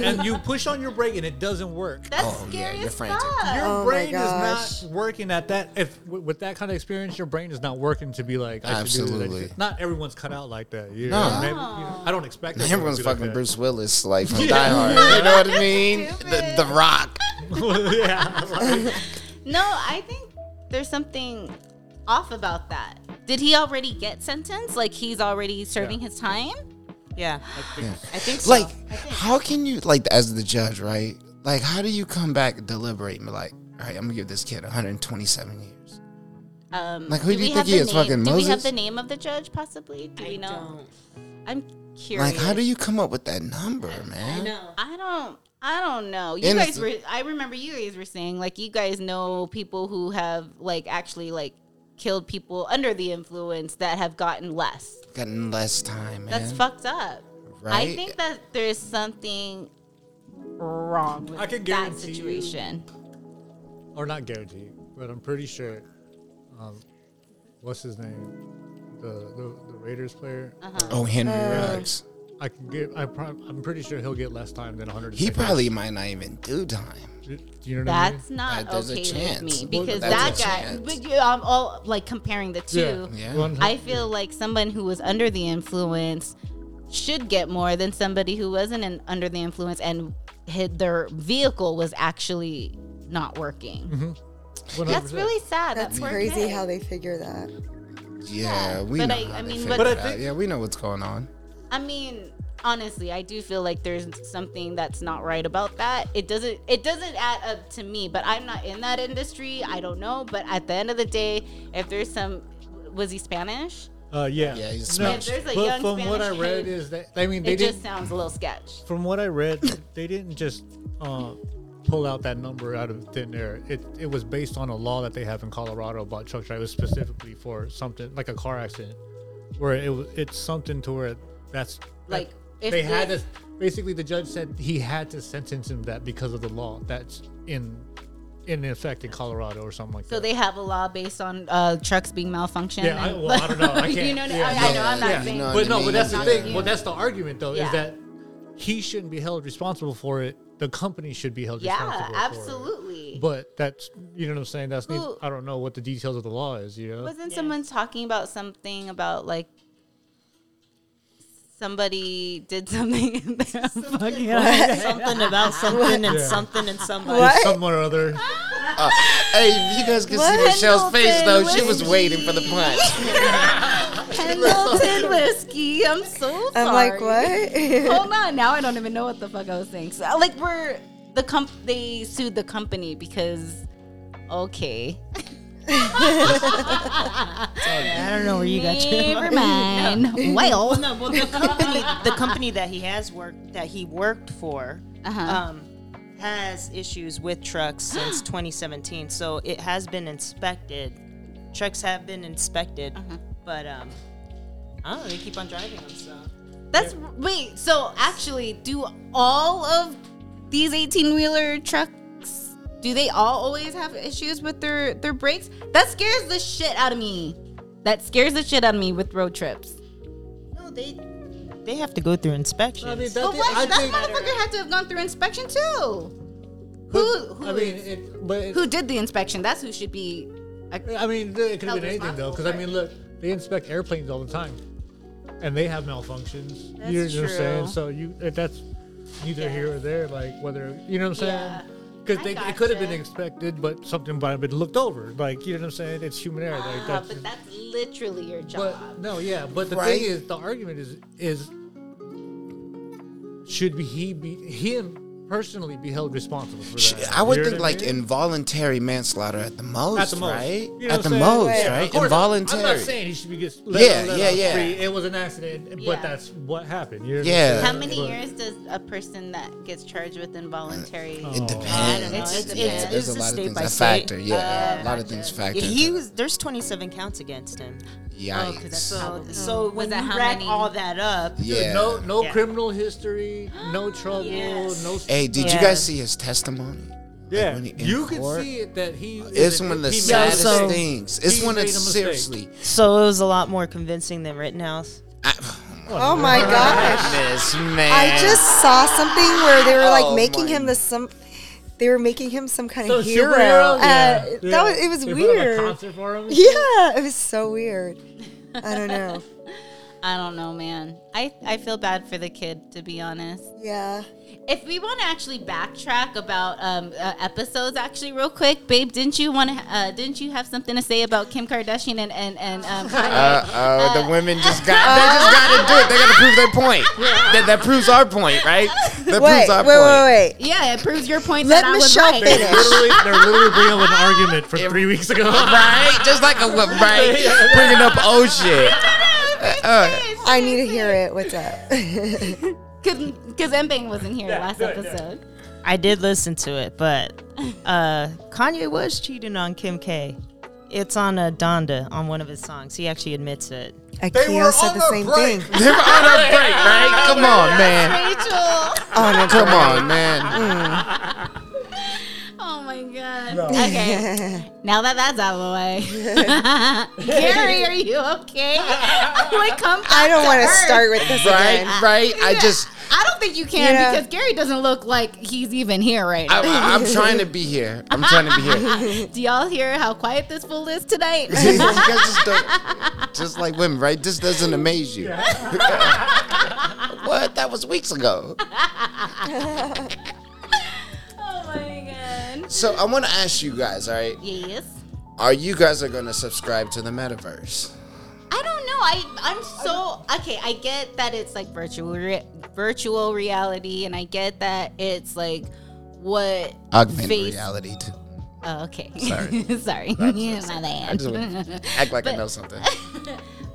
Speaker 1: (laughs)
Speaker 3: No, and you push on your brake and it doesn't work.
Speaker 1: That's
Speaker 4: Oh, yeah,
Speaker 1: scary
Speaker 4: you're
Speaker 1: as fuck.
Speaker 4: frantic.
Speaker 3: your
Speaker 2: Oh my
Speaker 3: brain is
Speaker 2: gosh.
Speaker 3: not working at that. If with with that kind of experience, your brain is not working to be like, I Should do this, I
Speaker 4: Absolutely.
Speaker 3: should do this. Not everyone's cut out like that. You
Speaker 4: No.
Speaker 3: know, maybe- you know, I don't expect everyone
Speaker 4: Everyone's
Speaker 3: to be like
Speaker 4: fucking
Speaker 3: that.
Speaker 4: Bruce Willis, like from Die Hard. You know what
Speaker 1: (laughs)
Speaker 4: I mean? The, the Rock. (laughs)
Speaker 3: yeah, like,
Speaker 1: No, I think there's something off about that. Did he already get sentenced? Like he's already serving his time?
Speaker 5: yeah. I think so.
Speaker 4: Like, how can you, like, as the judge, right? Like, how do you come back, deliberate, and be like, all right, I'm gonna give this kid 127 years?
Speaker 1: Um,
Speaker 4: Like, who do
Speaker 1: we
Speaker 4: you
Speaker 1: have
Speaker 4: think he
Speaker 1: the
Speaker 4: is,
Speaker 1: name-
Speaker 4: fucking
Speaker 1: Do we have
Speaker 4: Moses?
Speaker 1: the name of the judge possibly? Do we know? I'm curious.
Speaker 4: Like, how do you come up with that number, man?
Speaker 1: I don't. I don't know. You guys
Speaker 4: Innocent.
Speaker 1: were. I remember you guys were saying like you guys know people who have like actually like killed people under the influence that have gotten less.
Speaker 4: Gotten less time, man.
Speaker 1: That's fucked up. I
Speaker 4: Right?
Speaker 1: think that there's something wrong with
Speaker 3: I can
Speaker 1: that
Speaker 3: guarantee you-
Speaker 1: situation.
Speaker 3: (laughs)
Speaker 4: Mm-hmm.
Speaker 3: or not guaranteed, but I'm pretty sure. Um, what's his name? The the, the Raiders player.
Speaker 1: Uh-huh.
Speaker 4: Oh, Henry Ruggs.
Speaker 3: I can get. I prob- I'm pretty sure he'll get less time than 100.
Speaker 4: He probably might not even do time.
Speaker 3: Do you know what I mean?
Speaker 1: That's not
Speaker 4: Uh, there's a
Speaker 1: okay with
Speaker 4: chance.
Speaker 1: me
Speaker 4: Well,
Speaker 1: because that
Speaker 4: that's a
Speaker 1: guy.
Speaker 4: chance.
Speaker 1: But you, I'm all like comparing the two.
Speaker 4: Yeah.
Speaker 3: One-
Speaker 1: I feel like someone who was under the influence should get more than somebody who wasn't in, under the influence and hit their vehicle was actually not working.
Speaker 3: Mm-hmm. 100%.
Speaker 1: That's really sad.
Speaker 2: That's
Speaker 1: That's
Speaker 2: crazy how they figure that.
Speaker 4: Yeah, we
Speaker 1: but
Speaker 4: know.
Speaker 1: I-
Speaker 4: how
Speaker 1: I
Speaker 4: they
Speaker 1: mean,
Speaker 4: figure
Speaker 1: but-
Speaker 4: it out. yeah, we know what's going on.
Speaker 1: I mean, honestly, I do feel like there's something that's not right about that. It doesn't it doesn't add up to me, but I'm not in that industry. I don't know, but at the end of the day, if there's some was he Spanish?
Speaker 3: Uh, yeah.
Speaker 4: Yeah, he's
Speaker 1: Yeah, Spanish. there's a
Speaker 3: but
Speaker 1: young
Speaker 3: from what I
Speaker 1: Spanish
Speaker 3: read
Speaker 1: kid.
Speaker 3: is that I mean they
Speaker 1: It just
Speaker 3: didn't.
Speaker 1: sounds a little sketch.
Speaker 3: From what I read, they didn't just uh, pull out that number out of thin air. It it was based on a law that they have in Colorado about truck drivers specifically for something like a car accident, where it wa- it's something to where that's
Speaker 1: Like,
Speaker 3: that,
Speaker 1: if
Speaker 3: they had
Speaker 1: this-
Speaker 3: to. Basically, the judge said he had to sentence him that because of the law that's in in effect in Colorado or something like
Speaker 1: So
Speaker 3: that.
Speaker 1: they have a law based on uh, trucks being malfunctioned.
Speaker 3: Yeah, I-
Speaker 1: and-
Speaker 3: well, I don't know.
Speaker 1: (laughs)
Speaker 3: I
Speaker 1: you
Speaker 3: can't-
Speaker 1: know, what I-
Speaker 3: yeah.
Speaker 1: I, I know. I'm not
Speaker 4: Yeah.
Speaker 1: saying.
Speaker 4: No,
Speaker 3: But
Speaker 4: I
Speaker 3: no,
Speaker 4: mean,
Speaker 3: but that's the
Speaker 1: not
Speaker 3: thing.
Speaker 1: you.
Speaker 3: Well, that's the argument though,
Speaker 1: Yeah.
Speaker 3: is that he shouldn't be held responsible for it. The company should be held
Speaker 1: yeah,
Speaker 3: responsible. for it.
Speaker 1: absolutely.
Speaker 3: But that's you know what I'm saying. That's neat.
Speaker 1: Who-
Speaker 3: I don't know what the details of the law is. You know,
Speaker 1: Wasn't someone talking about something about like somebody did something? (laughs) and they're fucking-
Speaker 5: something about something (laughs) and something and (laughs) somebody.
Speaker 3: It's
Speaker 2: What?
Speaker 3: someone or other.
Speaker 4: Uh, Hey, if you guys can see Michelle's face though. She was waiting for the punch.
Speaker 1: Pendleton whiskey. I'm so sorry.
Speaker 2: I'm
Speaker 1: (laughs)
Speaker 2: like, what?
Speaker 1: Hold on. Now I don't even know what the fuck I was saying. So like we're the comp. They sued the company because
Speaker 2: (laughs)
Speaker 1: okay.
Speaker 5: I don't know where you got
Speaker 1: Never mind. Well,
Speaker 5: No, well, the company, the company that he has worked that he worked for, um, has issues with trucks (gasps) since 2017. So it has been inspected. Trucks have been inspected, but um, I don't know. They keep on driving them. So
Speaker 1: that's wait. So actually, do all of these eighteen wheeler trucks do they all always have issues with their their brakes? That scares the shit out of me. That scares the shit out of me with road trips.
Speaker 5: no, they they have to go through inspections.
Speaker 3: I mean, that,
Speaker 1: But what?
Speaker 3: I
Speaker 1: that
Speaker 3: think.
Speaker 1: motherfucker had to have gone through inspection too. Who? Who,
Speaker 3: I mean, it, but it,
Speaker 1: who did the inspection? That's who should be.
Speaker 3: I mean, it could have
Speaker 1: Held
Speaker 3: been anything though.
Speaker 1: responsible
Speaker 3: Because
Speaker 1: for
Speaker 3: I
Speaker 1: it.
Speaker 3: mean, look, they inspect airplanes all the time, and they have malfunctions.
Speaker 1: That's
Speaker 3: you know what I'm saying?
Speaker 1: true.
Speaker 3: So you if that's neither here or there. Like whether you know what I'm
Speaker 1: Yeah.
Speaker 3: saying.
Speaker 1: I
Speaker 3: Because it could have been
Speaker 1: gotcha.
Speaker 3: expected, but something might have been looked over. Like you know what I'm saying? It's human error. Like,
Speaker 1: Ah,
Speaker 3: that's
Speaker 1: but that's literally your job.
Speaker 3: But no, yeah. But the
Speaker 4: Right?
Speaker 3: thing is, the argument is is should be he be him personally be held responsible for that?
Speaker 4: I would
Speaker 3: You know
Speaker 4: think
Speaker 3: what I
Speaker 4: like
Speaker 3: mean?
Speaker 4: involuntary manslaughter at the most,
Speaker 3: At the most.
Speaker 4: right?
Speaker 3: You know
Speaker 4: at the
Speaker 3: what I'm saying?
Speaker 4: most,
Speaker 2: Right.
Speaker 4: right?
Speaker 3: Of course,
Speaker 4: Involuntary.
Speaker 3: I'm not saying he should be just let,
Speaker 4: Yeah,
Speaker 3: let
Speaker 4: yeah,
Speaker 3: off
Speaker 4: yeah.
Speaker 3: free. It was an accident,
Speaker 1: Yeah.
Speaker 3: but that's what happened. You know what I'm
Speaker 4: Yeah.
Speaker 1: How
Speaker 3: saying?
Speaker 1: many
Speaker 3: But-
Speaker 1: years does a person that gets charged with involuntary?
Speaker 3: Oh.
Speaker 4: It depends.
Speaker 1: Oh, know. It's-
Speaker 4: It
Speaker 1: it's-
Speaker 4: depends.
Speaker 1: it's
Speaker 4: There's
Speaker 5: a
Speaker 4: a lot of
Speaker 5: state
Speaker 4: things
Speaker 5: by
Speaker 4: that
Speaker 5: state.
Speaker 4: factor. Yeah, a lot of things factor.
Speaker 5: he
Speaker 4: into
Speaker 5: was there's 27 counts against him.
Speaker 4: it. Yikes.
Speaker 5: So Mm. so when
Speaker 1: that
Speaker 5: you
Speaker 1: how
Speaker 5: rack
Speaker 1: many?
Speaker 5: all that up,
Speaker 3: Dude,
Speaker 4: yeah.
Speaker 3: No, no
Speaker 5: Yeah.
Speaker 3: criminal history,
Speaker 1: (gasps)
Speaker 3: no trouble,
Speaker 5: Yes.
Speaker 3: no.
Speaker 4: Hey, did you
Speaker 5: Yeah.
Speaker 4: guys see his testimony?
Speaker 3: yeah,
Speaker 4: when he- in
Speaker 3: you can
Speaker 4: court-
Speaker 3: see it that he.
Speaker 4: It's one of the
Speaker 3: he made a
Speaker 4: saddest
Speaker 5: so-
Speaker 3: mistake.
Speaker 4: things. It's
Speaker 3: He
Speaker 4: one of
Speaker 3: made a mistake.
Speaker 4: seriously.
Speaker 5: so it was a lot more convincing than Rittenhouse.
Speaker 2: (laughs) Oh my gosh.
Speaker 4: (laughs) This man.
Speaker 2: I just saw something where they were like
Speaker 4: Oh
Speaker 2: making
Speaker 4: my-
Speaker 2: him this some. They were making him some kind
Speaker 3: So
Speaker 2: of hero.
Speaker 3: superhero,
Speaker 2: Uh,
Speaker 3: yeah.
Speaker 2: That
Speaker 3: Yeah.
Speaker 2: was it was
Speaker 3: They put on a
Speaker 2: weird.
Speaker 3: concert for him.
Speaker 2: (laughs) Yeah, it was so weird. I don't know.
Speaker 1: I don't know, man. I I feel bad for the kid, to be honest.
Speaker 2: Yeah.
Speaker 1: If we want to actually backtrack about um, uh, episodes, actually, real quick, babe, didn't you want to? Uh, didn't you have something to say about Kim Kardashian and and and
Speaker 2: (laughs)
Speaker 1: um, Kanye?
Speaker 4: Uh-oh, the women just got, they just got to do it. They got to prove their (laughs) point. That, that proves our point, right? That
Speaker 2: Wait,
Speaker 4: proves our
Speaker 2: wait, wait,
Speaker 4: point.
Speaker 2: wait.
Speaker 1: yeah, it proves your point
Speaker 2: Let
Speaker 1: that
Speaker 2: Michelle
Speaker 1: I was right. (laughs)
Speaker 2: finish.
Speaker 3: literally, they're literally bringing up an argument from three weeks ago.
Speaker 4: Right? Just like a, what, right?
Speaker 3: (laughs)
Speaker 4: Bringing up old shit. Uh,
Speaker 2: I need to hear it. What's up? (laughs)
Speaker 1: Because Mbang wasn't here last episode.
Speaker 2: (laughs)
Speaker 5: (laughs) I did listen to it, but uh, Kanye was cheating on Kim K. It's on a Donda on one of his songs. He actually admits it.
Speaker 2: Akio said the same thing.
Speaker 4: They're on a break, right? Come on, man.
Speaker 5: Rachel.
Speaker 2: On a
Speaker 4: Come on, Mm, man.
Speaker 1: Oh my god.
Speaker 2: (laughs)
Speaker 1: Okay. now that that's out of the way, Gary, are you okay? Like, come.
Speaker 2: I
Speaker 1: back
Speaker 2: don't want to
Speaker 1: earth.
Speaker 2: start with this again.
Speaker 4: Right, right. I just,
Speaker 1: I don't think you can
Speaker 2: Yeah.
Speaker 1: because Gary doesn't look like he's even here right now.
Speaker 4: I, I'm trying to be here. I'm trying to be (laughs) here.
Speaker 1: Do y'all hear how quiet this fool is (laughs) tonight?
Speaker 4: you guys just don't, just like women, right? This doesn't amaze you. (laughs) what? That was weeks ago.
Speaker 1: oh my god.
Speaker 4: So I want to ask you guys, all right?
Speaker 1: Yes.
Speaker 4: Are you guys are going to subscribe to the metaverse?
Speaker 1: I don't know. I I'm so okay. I get that it's like virtual re- virtual reality, and I get that it's like what
Speaker 4: Augmented
Speaker 1: face-
Speaker 4: reality. Too.
Speaker 1: Oh, okay.
Speaker 4: Sorry.
Speaker 1: (laughs) Sorry. My bad. (laughs)
Speaker 4: I just want to act like I
Speaker 1: But-
Speaker 4: know something.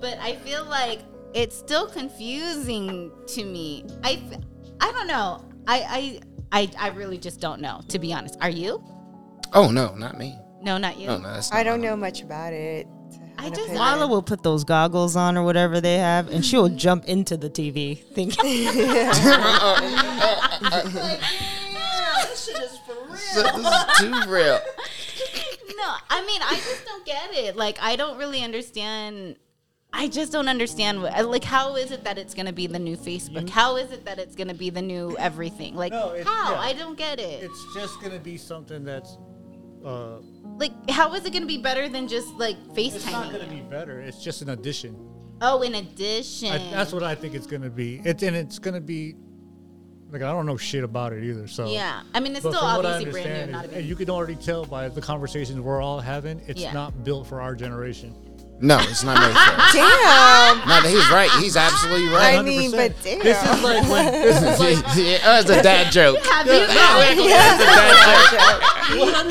Speaker 1: but I feel like it's still confusing to me. I f- I don't know. I I I, I really just don't know. To be honest, are you?
Speaker 4: Oh no, not me.
Speaker 1: No, not you.
Speaker 4: No, no, that's not
Speaker 2: I don't know much about it. to have
Speaker 1: I
Speaker 2: an
Speaker 1: just-
Speaker 2: opinion.
Speaker 1: (laughs)
Speaker 5: Lala will put those goggles on or whatever they have, and (laughs) she'll jump into the TV (laughs) thinking
Speaker 4: So this is too real.
Speaker 1: (laughs) No, I mean, I just don't get it. Like, I don't really understand. I just don't understand. What, like, how is it that it's going to be the new Facebook? How is it that it's going to be the new everything? Like,
Speaker 3: Mm-hmm. No, it's-
Speaker 1: how?
Speaker 3: yeah.
Speaker 1: I don't get it.
Speaker 3: It's just gonna be something that's. Uh,
Speaker 1: like, how is it going to be better than just like
Speaker 3: it's not gonna
Speaker 1: FaceTiming?
Speaker 3: be
Speaker 1: you?
Speaker 3: better. It's just an addition.
Speaker 1: Oh, in addition,
Speaker 3: I, that's what I think it's gonna be. It's and it's gonna be. Like I don't know shit about it either. So
Speaker 1: yeah. I mean, it's
Speaker 3: But
Speaker 1: still
Speaker 3: from what I
Speaker 1: obviously brand new.
Speaker 3: understand
Speaker 1: Not a
Speaker 3: is-
Speaker 1: big
Speaker 3: and you can already tell by the conversations we're all having, it's
Speaker 1: Yeah.
Speaker 3: not built for our generation.
Speaker 4: No, it's not made for. us.
Speaker 2: Damn.
Speaker 4: No, he's right. He's absolutely right.
Speaker 2: I mean,
Speaker 3: 100%.
Speaker 2: but damn.
Speaker 3: This is like
Speaker 1: (laughs)
Speaker 3: when this is like
Speaker 4: (laughs) yeah, oh, it's a dad joke.
Speaker 1: have you (laughs) guys,
Speaker 4: (laughs) It's a dad joke.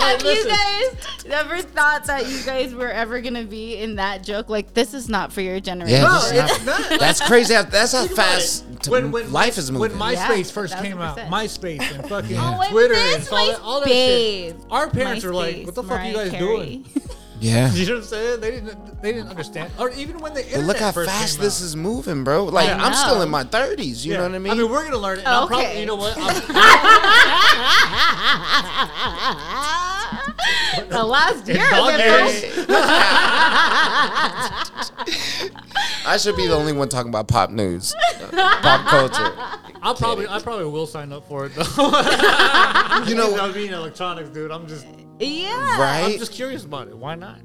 Speaker 1: have you guys never thought that you guys were ever gonna be in that joke? Like, this is not for your generation.
Speaker 4: Yeah, this is not- that's crazy. How, that's how fast t- life is moving.
Speaker 3: When MySpace
Speaker 1: Yeah,
Speaker 3: first came out,
Speaker 1: 1000%.
Speaker 3: MySpace and fucking
Speaker 1: (laughs) Oh, and
Speaker 3: Twitter
Speaker 1: this
Speaker 3: and all that, all that shit.
Speaker 1: MySpace.
Speaker 3: Our parents were like, "What the fuck
Speaker 1: Mariah
Speaker 3: are you guys
Speaker 1: Carey.
Speaker 3: doing?" (laughs)
Speaker 4: yeah.
Speaker 3: You know what I'm saying? They didn't. They didn't understand. Or even when the
Speaker 4: But
Speaker 3: internet
Speaker 4: look how
Speaker 3: first
Speaker 4: fast
Speaker 3: came
Speaker 4: this
Speaker 3: out.
Speaker 4: is moving, bro. Like
Speaker 1: I
Speaker 4: I'm still
Speaker 1: know.
Speaker 4: in my 30s. You
Speaker 3: Yeah.
Speaker 4: know what I mean?
Speaker 3: I mean, we're gonna learn it. And I'm
Speaker 1: Okay.
Speaker 3: probably, you know what?
Speaker 1: (laughs)
Speaker 3: I'm,
Speaker 1: the last year of
Speaker 3: dog
Speaker 1: it.
Speaker 3: days.
Speaker 4: I should be the only one talking about pop news, pop culture.
Speaker 3: I'll probably, I probably will sign up for it though. (laughs)
Speaker 4: You
Speaker 3: you
Speaker 4: know,
Speaker 3: know, being electronics, dude. I'm just,
Speaker 1: Yeah.
Speaker 4: right?
Speaker 3: I'm just curious about it. Why not?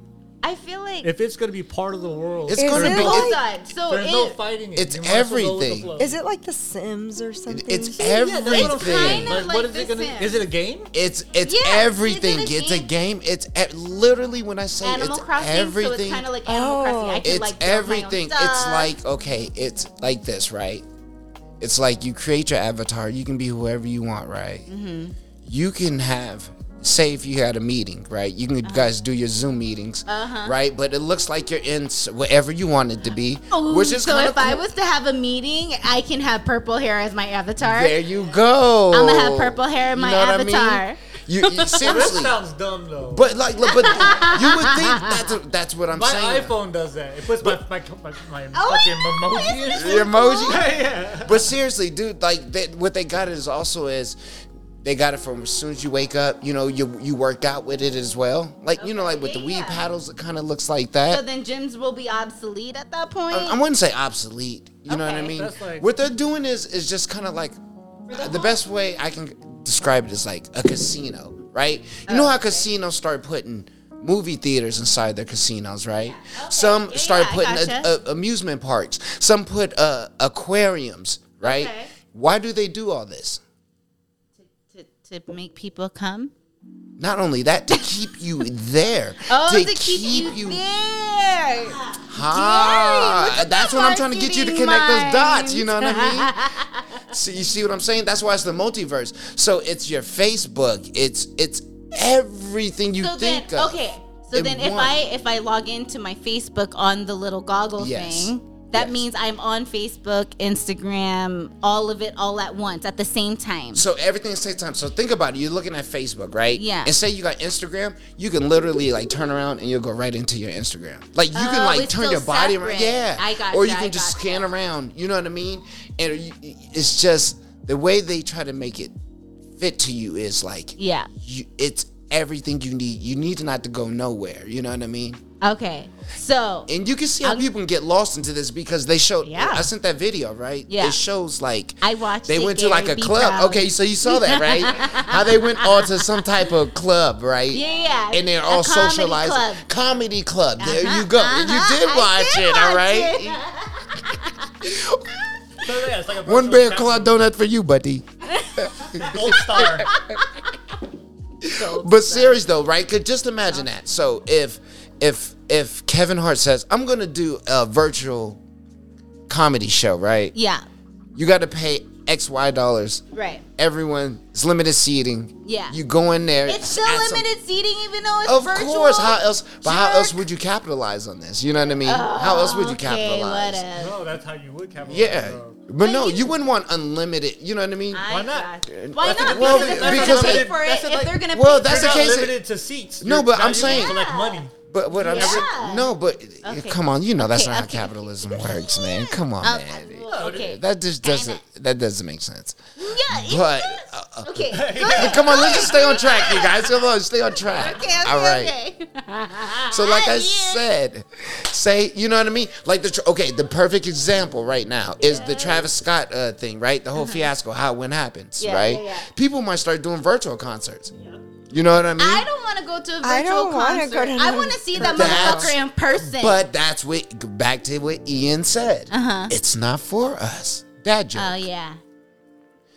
Speaker 1: I feel like
Speaker 3: If it's gonna be part of the world,
Speaker 4: It's
Speaker 2: Is
Speaker 4: gonna
Speaker 2: it
Speaker 4: be.
Speaker 2: like-
Speaker 1: hold
Speaker 4: it-
Speaker 1: on. So
Speaker 3: there's no
Speaker 1: it,
Speaker 3: fighting it.
Speaker 4: it's
Speaker 3: You might as well go with the
Speaker 4: everything.
Speaker 3: flow.
Speaker 2: Is it like The Sims or something?
Speaker 4: it's
Speaker 3: Yeah, that's what I'm saying.
Speaker 4: everything.
Speaker 1: Kinda
Speaker 3: Like, what
Speaker 1: like
Speaker 3: is it
Speaker 1: The
Speaker 3: gonna?
Speaker 1: Sims.
Speaker 3: Is it a game?
Speaker 4: It's it's
Speaker 1: Yeah, is it a
Speaker 4: everything.
Speaker 1: game?
Speaker 4: It's a game. It's e- literally when I say
Speaker 1: Animal
Speaker 4: it's
Speaker 1: Crossing,
Speaker 4: everything. Oh,
Speaker 1: so it's kind of like Animal Crossing. I can
Speaker 4: it's
Speaker 1: like build my own
Speaker 4: everything. It's
Speaker 1: stuff.
Speaker 4: like okay, it's like this, right? It's like you create your avatar. You can be whoever you want, right?
Speaker 1: Mm-hmm.
Speaker 4: You can have say if you had a meeting, right? You can
Speaker 1: Uh-huh.
Speaker 4: guys do your Zoom meetings, right? But it looks like you're in s- whatever you want it to be,
Speaker 1: Oh,
Speaker 4: which is
Speaker 1: so
Speaker 4: kinda
Speaker 1: if I
Speaker 4: cool.
Speaker 1: was to have a meeting, I can have purple hair as my avatar.
Speaker 4: there, you go.
Speaker 1: I'ma have purple hair in my
Speaker 4: know what I mean?
Speaker 1: avatar.
Speaker 4: You,
Speaker 3: (laughs)
Speaker 4: you-
Speaker 3: This
Speaker 4: seriously.
Speaker 3: sounds dumb though.
Speaker 4: But like, look, but you would think that's that's what I'm
Speaker 3: my
Speaker 4: saying.
Speaker 3: iPhone does that. It puts my my my, my
Speaker 1: Oh,
Speaker 3: fucking
Speaker 1: yeah,
Speaker 3: emoji. in.
Speaker 4: The emoji. (laughs)
Speaker 3: yeah.
Speaker 4: But seriously, dude, like that, what they got is also is they got it from as soon as you wake up. You know, you you work out with it as well. Like you know,
Speaker 1: Okay,
Speaker 4: like with the
Speaker 1: yeah,
Speaker 4: weed
Speaker 1: yeah.
Speaker 4: paddles, it kind of looks like
Speaker 1: So
Speaker 4: that.
Speaker 1: then gyms will be obsolete at that point.
Speaker 4: I, I wouldn't say obsolete. You know what I
Speaker 1: Okay.
Speaker 4: mean?
Speaker 3: That's like-
Speaker 4: what they're doing is is just kind of like the best way I can describe it is like a casino, right? You know how casinos start putting movie theaters inside their casinos, right? Some
Speaker 1: Yeah,
Speaker 4: start
Speaker 1: yeah, I
Speaker 4: putting a,
Speaker 1: gotcha.
Speaker 4: a- amusement parks. Some put uh, aquariums, right?
Speaker 1: Okay.
Speaker 4: Why do they do all this?
Speaker 1: to, to make people come.
Speaker 4: Not only
Speaker 1: (laughs)
Speaker 4: that, to keep you there.
Speaker 1: Oh, to, keep, you, there.
Speaker 4: Ah,
Speaker 1: Gary, look at
Speaker 4: that's
Speaker 1: that
Speaker 4: what I'm trying to get you to
Speaker 1: marketing
Speaker 4: connect those dots.
Speaker 1: mind.
Speaker 4: You know what I
Speaker 1: (laughs)
Speaker 4: mean? so you see what I'm saying? That's why it's the multiverse. So it's your Facebook. It's it's everything you
Speaker 1: So
Speaker 4: think
Speaker 1: then,
Speaker 4: of.
Speaker 1: okay. So
Speaker 4: in
Speaker 1: then, if
Speaker 4: one.
Speaker 1: I if I log into my Facebook on the little goggle
Speaker 4: Yes.
Speaker 1: thing, That means I'm on Facebook, Instagram, all of it all at once at the same time.
Speaker 4: So everything takes time. So think about it. You're looking at Facebook, right?
Speaker 1: Yeah.
Speaker 4: And say you got Instagram, you can literally like turn around and you'll go right into your Instagram. Like you
Speaker 1: Oh,
Speaker 4: can like
Speaker 1: it's
Speaker 4: turn
Speaker 1: still
Speaker 4: your body around.
Speaker 1: separate.
Speaker 4: Yeah.
Speaker 1: I got
Speaker 4: Or
Speaker 1: you,
Speaker 4: you
Speaker 1: I
Speaker 4: can just
Speaker 1: got
Speaker 4: scan around. You know what I mean? And you, it's just the way they try to make it fit to you is like
Speaker 1: Yeah.
Speaker 4: You, it's everything you need. You need to not to go nowhere. You know what I mean?
Speaker 1: Okay. So
Speaker 4: And you can see how
Speaker 1: Um,
Speaker 4: people can get lost into this because they showed.
Speaker 5: Yeah.
Speaker 4: I sent that video, right?
Speaker 1: Yeah.
Speaker 4: It shows like
Speaker 1: I watched
Speaker 4: They
Speaker 1: it,
Speaker 4: went to
Speaker 1: Gary,
Speaker 4: like a
Speaker 1: be
Speaker 4: club.
Speaker 1: proud.
Speaker 4: Okay, so you saw that,
Speaker 1: (laughs)
Speaker 4: right? how they went all to some type of club, right?
Speaker 1: Yeah, yeah.
Speaker 4: And they're
Speaker 1: A
Speaker 4: all
Speaker 1: comedy
Speaker 4: socializing.
Speaker 1: club.
Speaker 4: Comedy club. There
Speaker 1: Uh-huh,
Speaker 4: you go.
Speaker 1: uh-huh.
Speaker 4: You did
Speaker 1: I
Speaker 4: watch
Speaker 1: did
Speaker 4: it, all
Speaker 1: watch
Speaker 4: right?
Speaker 1: it.
Speaker 3: So yeah, it's like a
Speaker 4: One
Speaker 3: virtual
Speaker 4: bear
Speaker 3: trap-
Speaker 4: club donut for you, buddy.
Speaker 3: Gold
Speaker 4: (laughs)
Speaker 3: star.
Speaker 4: But serious though, right? Cause just imagine that. So if if if Kevin Hart says, "I'm gonna do a virtual comedy show," right?
Speaker 1: yeah.
Speaker 4: You got to pay X Y dollars.
Speaker 1: Right.
Speaker 4: Everyone, it's limited seating.
Speaker 1: Yeah.
Speaker 4: You go in there.
Speaker 1: It's still
Speaker 4: at some-
Speaker 1: limited seating, even though it's
Speaker 4: Of
Speaker 1: virtual.
Speaker 4: course, how else? But how else
Speaker 1: Jerk.
Speaker 4: would you capitalize on this? You know what I mean? how else would you
Speaker 1: Okay,
Speaker 4: capitalize?
Speaker 1: whatever.
Speaker 3: no, Oh, that's how you would capitalize.
Speaker 4: yeah,
Speaker 3: bro.
Speaker 4: but, no, you, wouldn't want unlimited. You know what I mean?
Speaker 1: I
Speaker 3: Why not?
Speaker 1: got you. Why not?
Speaker 4: Well,
Speaker 1: Because if they're
Speaker 4: because-
Speaker 1: gonna pay
Speaker 3: that's
Speaker 1: for it,
Speaker 3: the
Speaker 1: if
Speaker 3: thing.
Speaker 1: they're gonna
Speaker 4: Well,
Speaker 1: pay
Speaker 4: that's
Speaker 1: for
Speaker 4: the
Speaker 1: it,
Speaker 3: You're
Speaker 4: case-
Speaker 3: not limited to seats.
Speaker 4: No,
Speaker 3: You're-
Speaker 4: but
Speaker 3: now
Speaker 4: I'm
Speaker 3: you can
Speaker 4: saying-
Speaker 3: collect money.
Speaker 4: But what I'm
Speaker 1: Yeah.
Speaker 4: saying, no, but
Speaker 1: Okay.
Speaker 4: come on, you know that's
Speaker 1: Okay,
Speaker 4: not
Speaker 1: okay.
Speaker 4: how capitalism works, man. Come on, man.
Speaker 1: Okay.
Speaker 4: That just doesn't that doesn't make sense.
Speaker 1: Yeah. it
Speaker 4: But
Speaker 1: does.
Speaker 4: uh, uh,
Speaker 2: (laughs)
Speaker 1: okay. Go
Speaker 4: hey,
Speaker 1: ahead.
Speaker 4: come on, let's just stay on track, you guys. Come on, stay on track.
Speaker 1: Okay. Okay.
Speaker 4: All right.
Speaker 1: Okay.
Speaker 4: So, like I
Speaker 1: Yeah.
Speaker 4: said, say you know what I mean. Like the tr- okay, the perfect example right now is the Travis Scott uh, thing, right? The whole fiasco, how it when happens,
Speaker 1: Uh-huh. Yeah,
Speaker 4: right?
Speaker 1: yeah, yeah.
Speaker 4: People might start doing virtual concerts. You know what I mean?
Speaker 1: I don't want to go to a virtual
Speaker 2: I don't wanna
Speaker 1: concert.
Speaker 2: go to
Speaker 1: I
Speaker 2: no-
Speaker 1: want to see that
Speaker 4: That's-
Speaker 1: motherfucker in person.
Speaker 4: But that's what back to what Ian said. It's not for us. Dad joke.
Speaker 1: Uh-huh. oh yeah.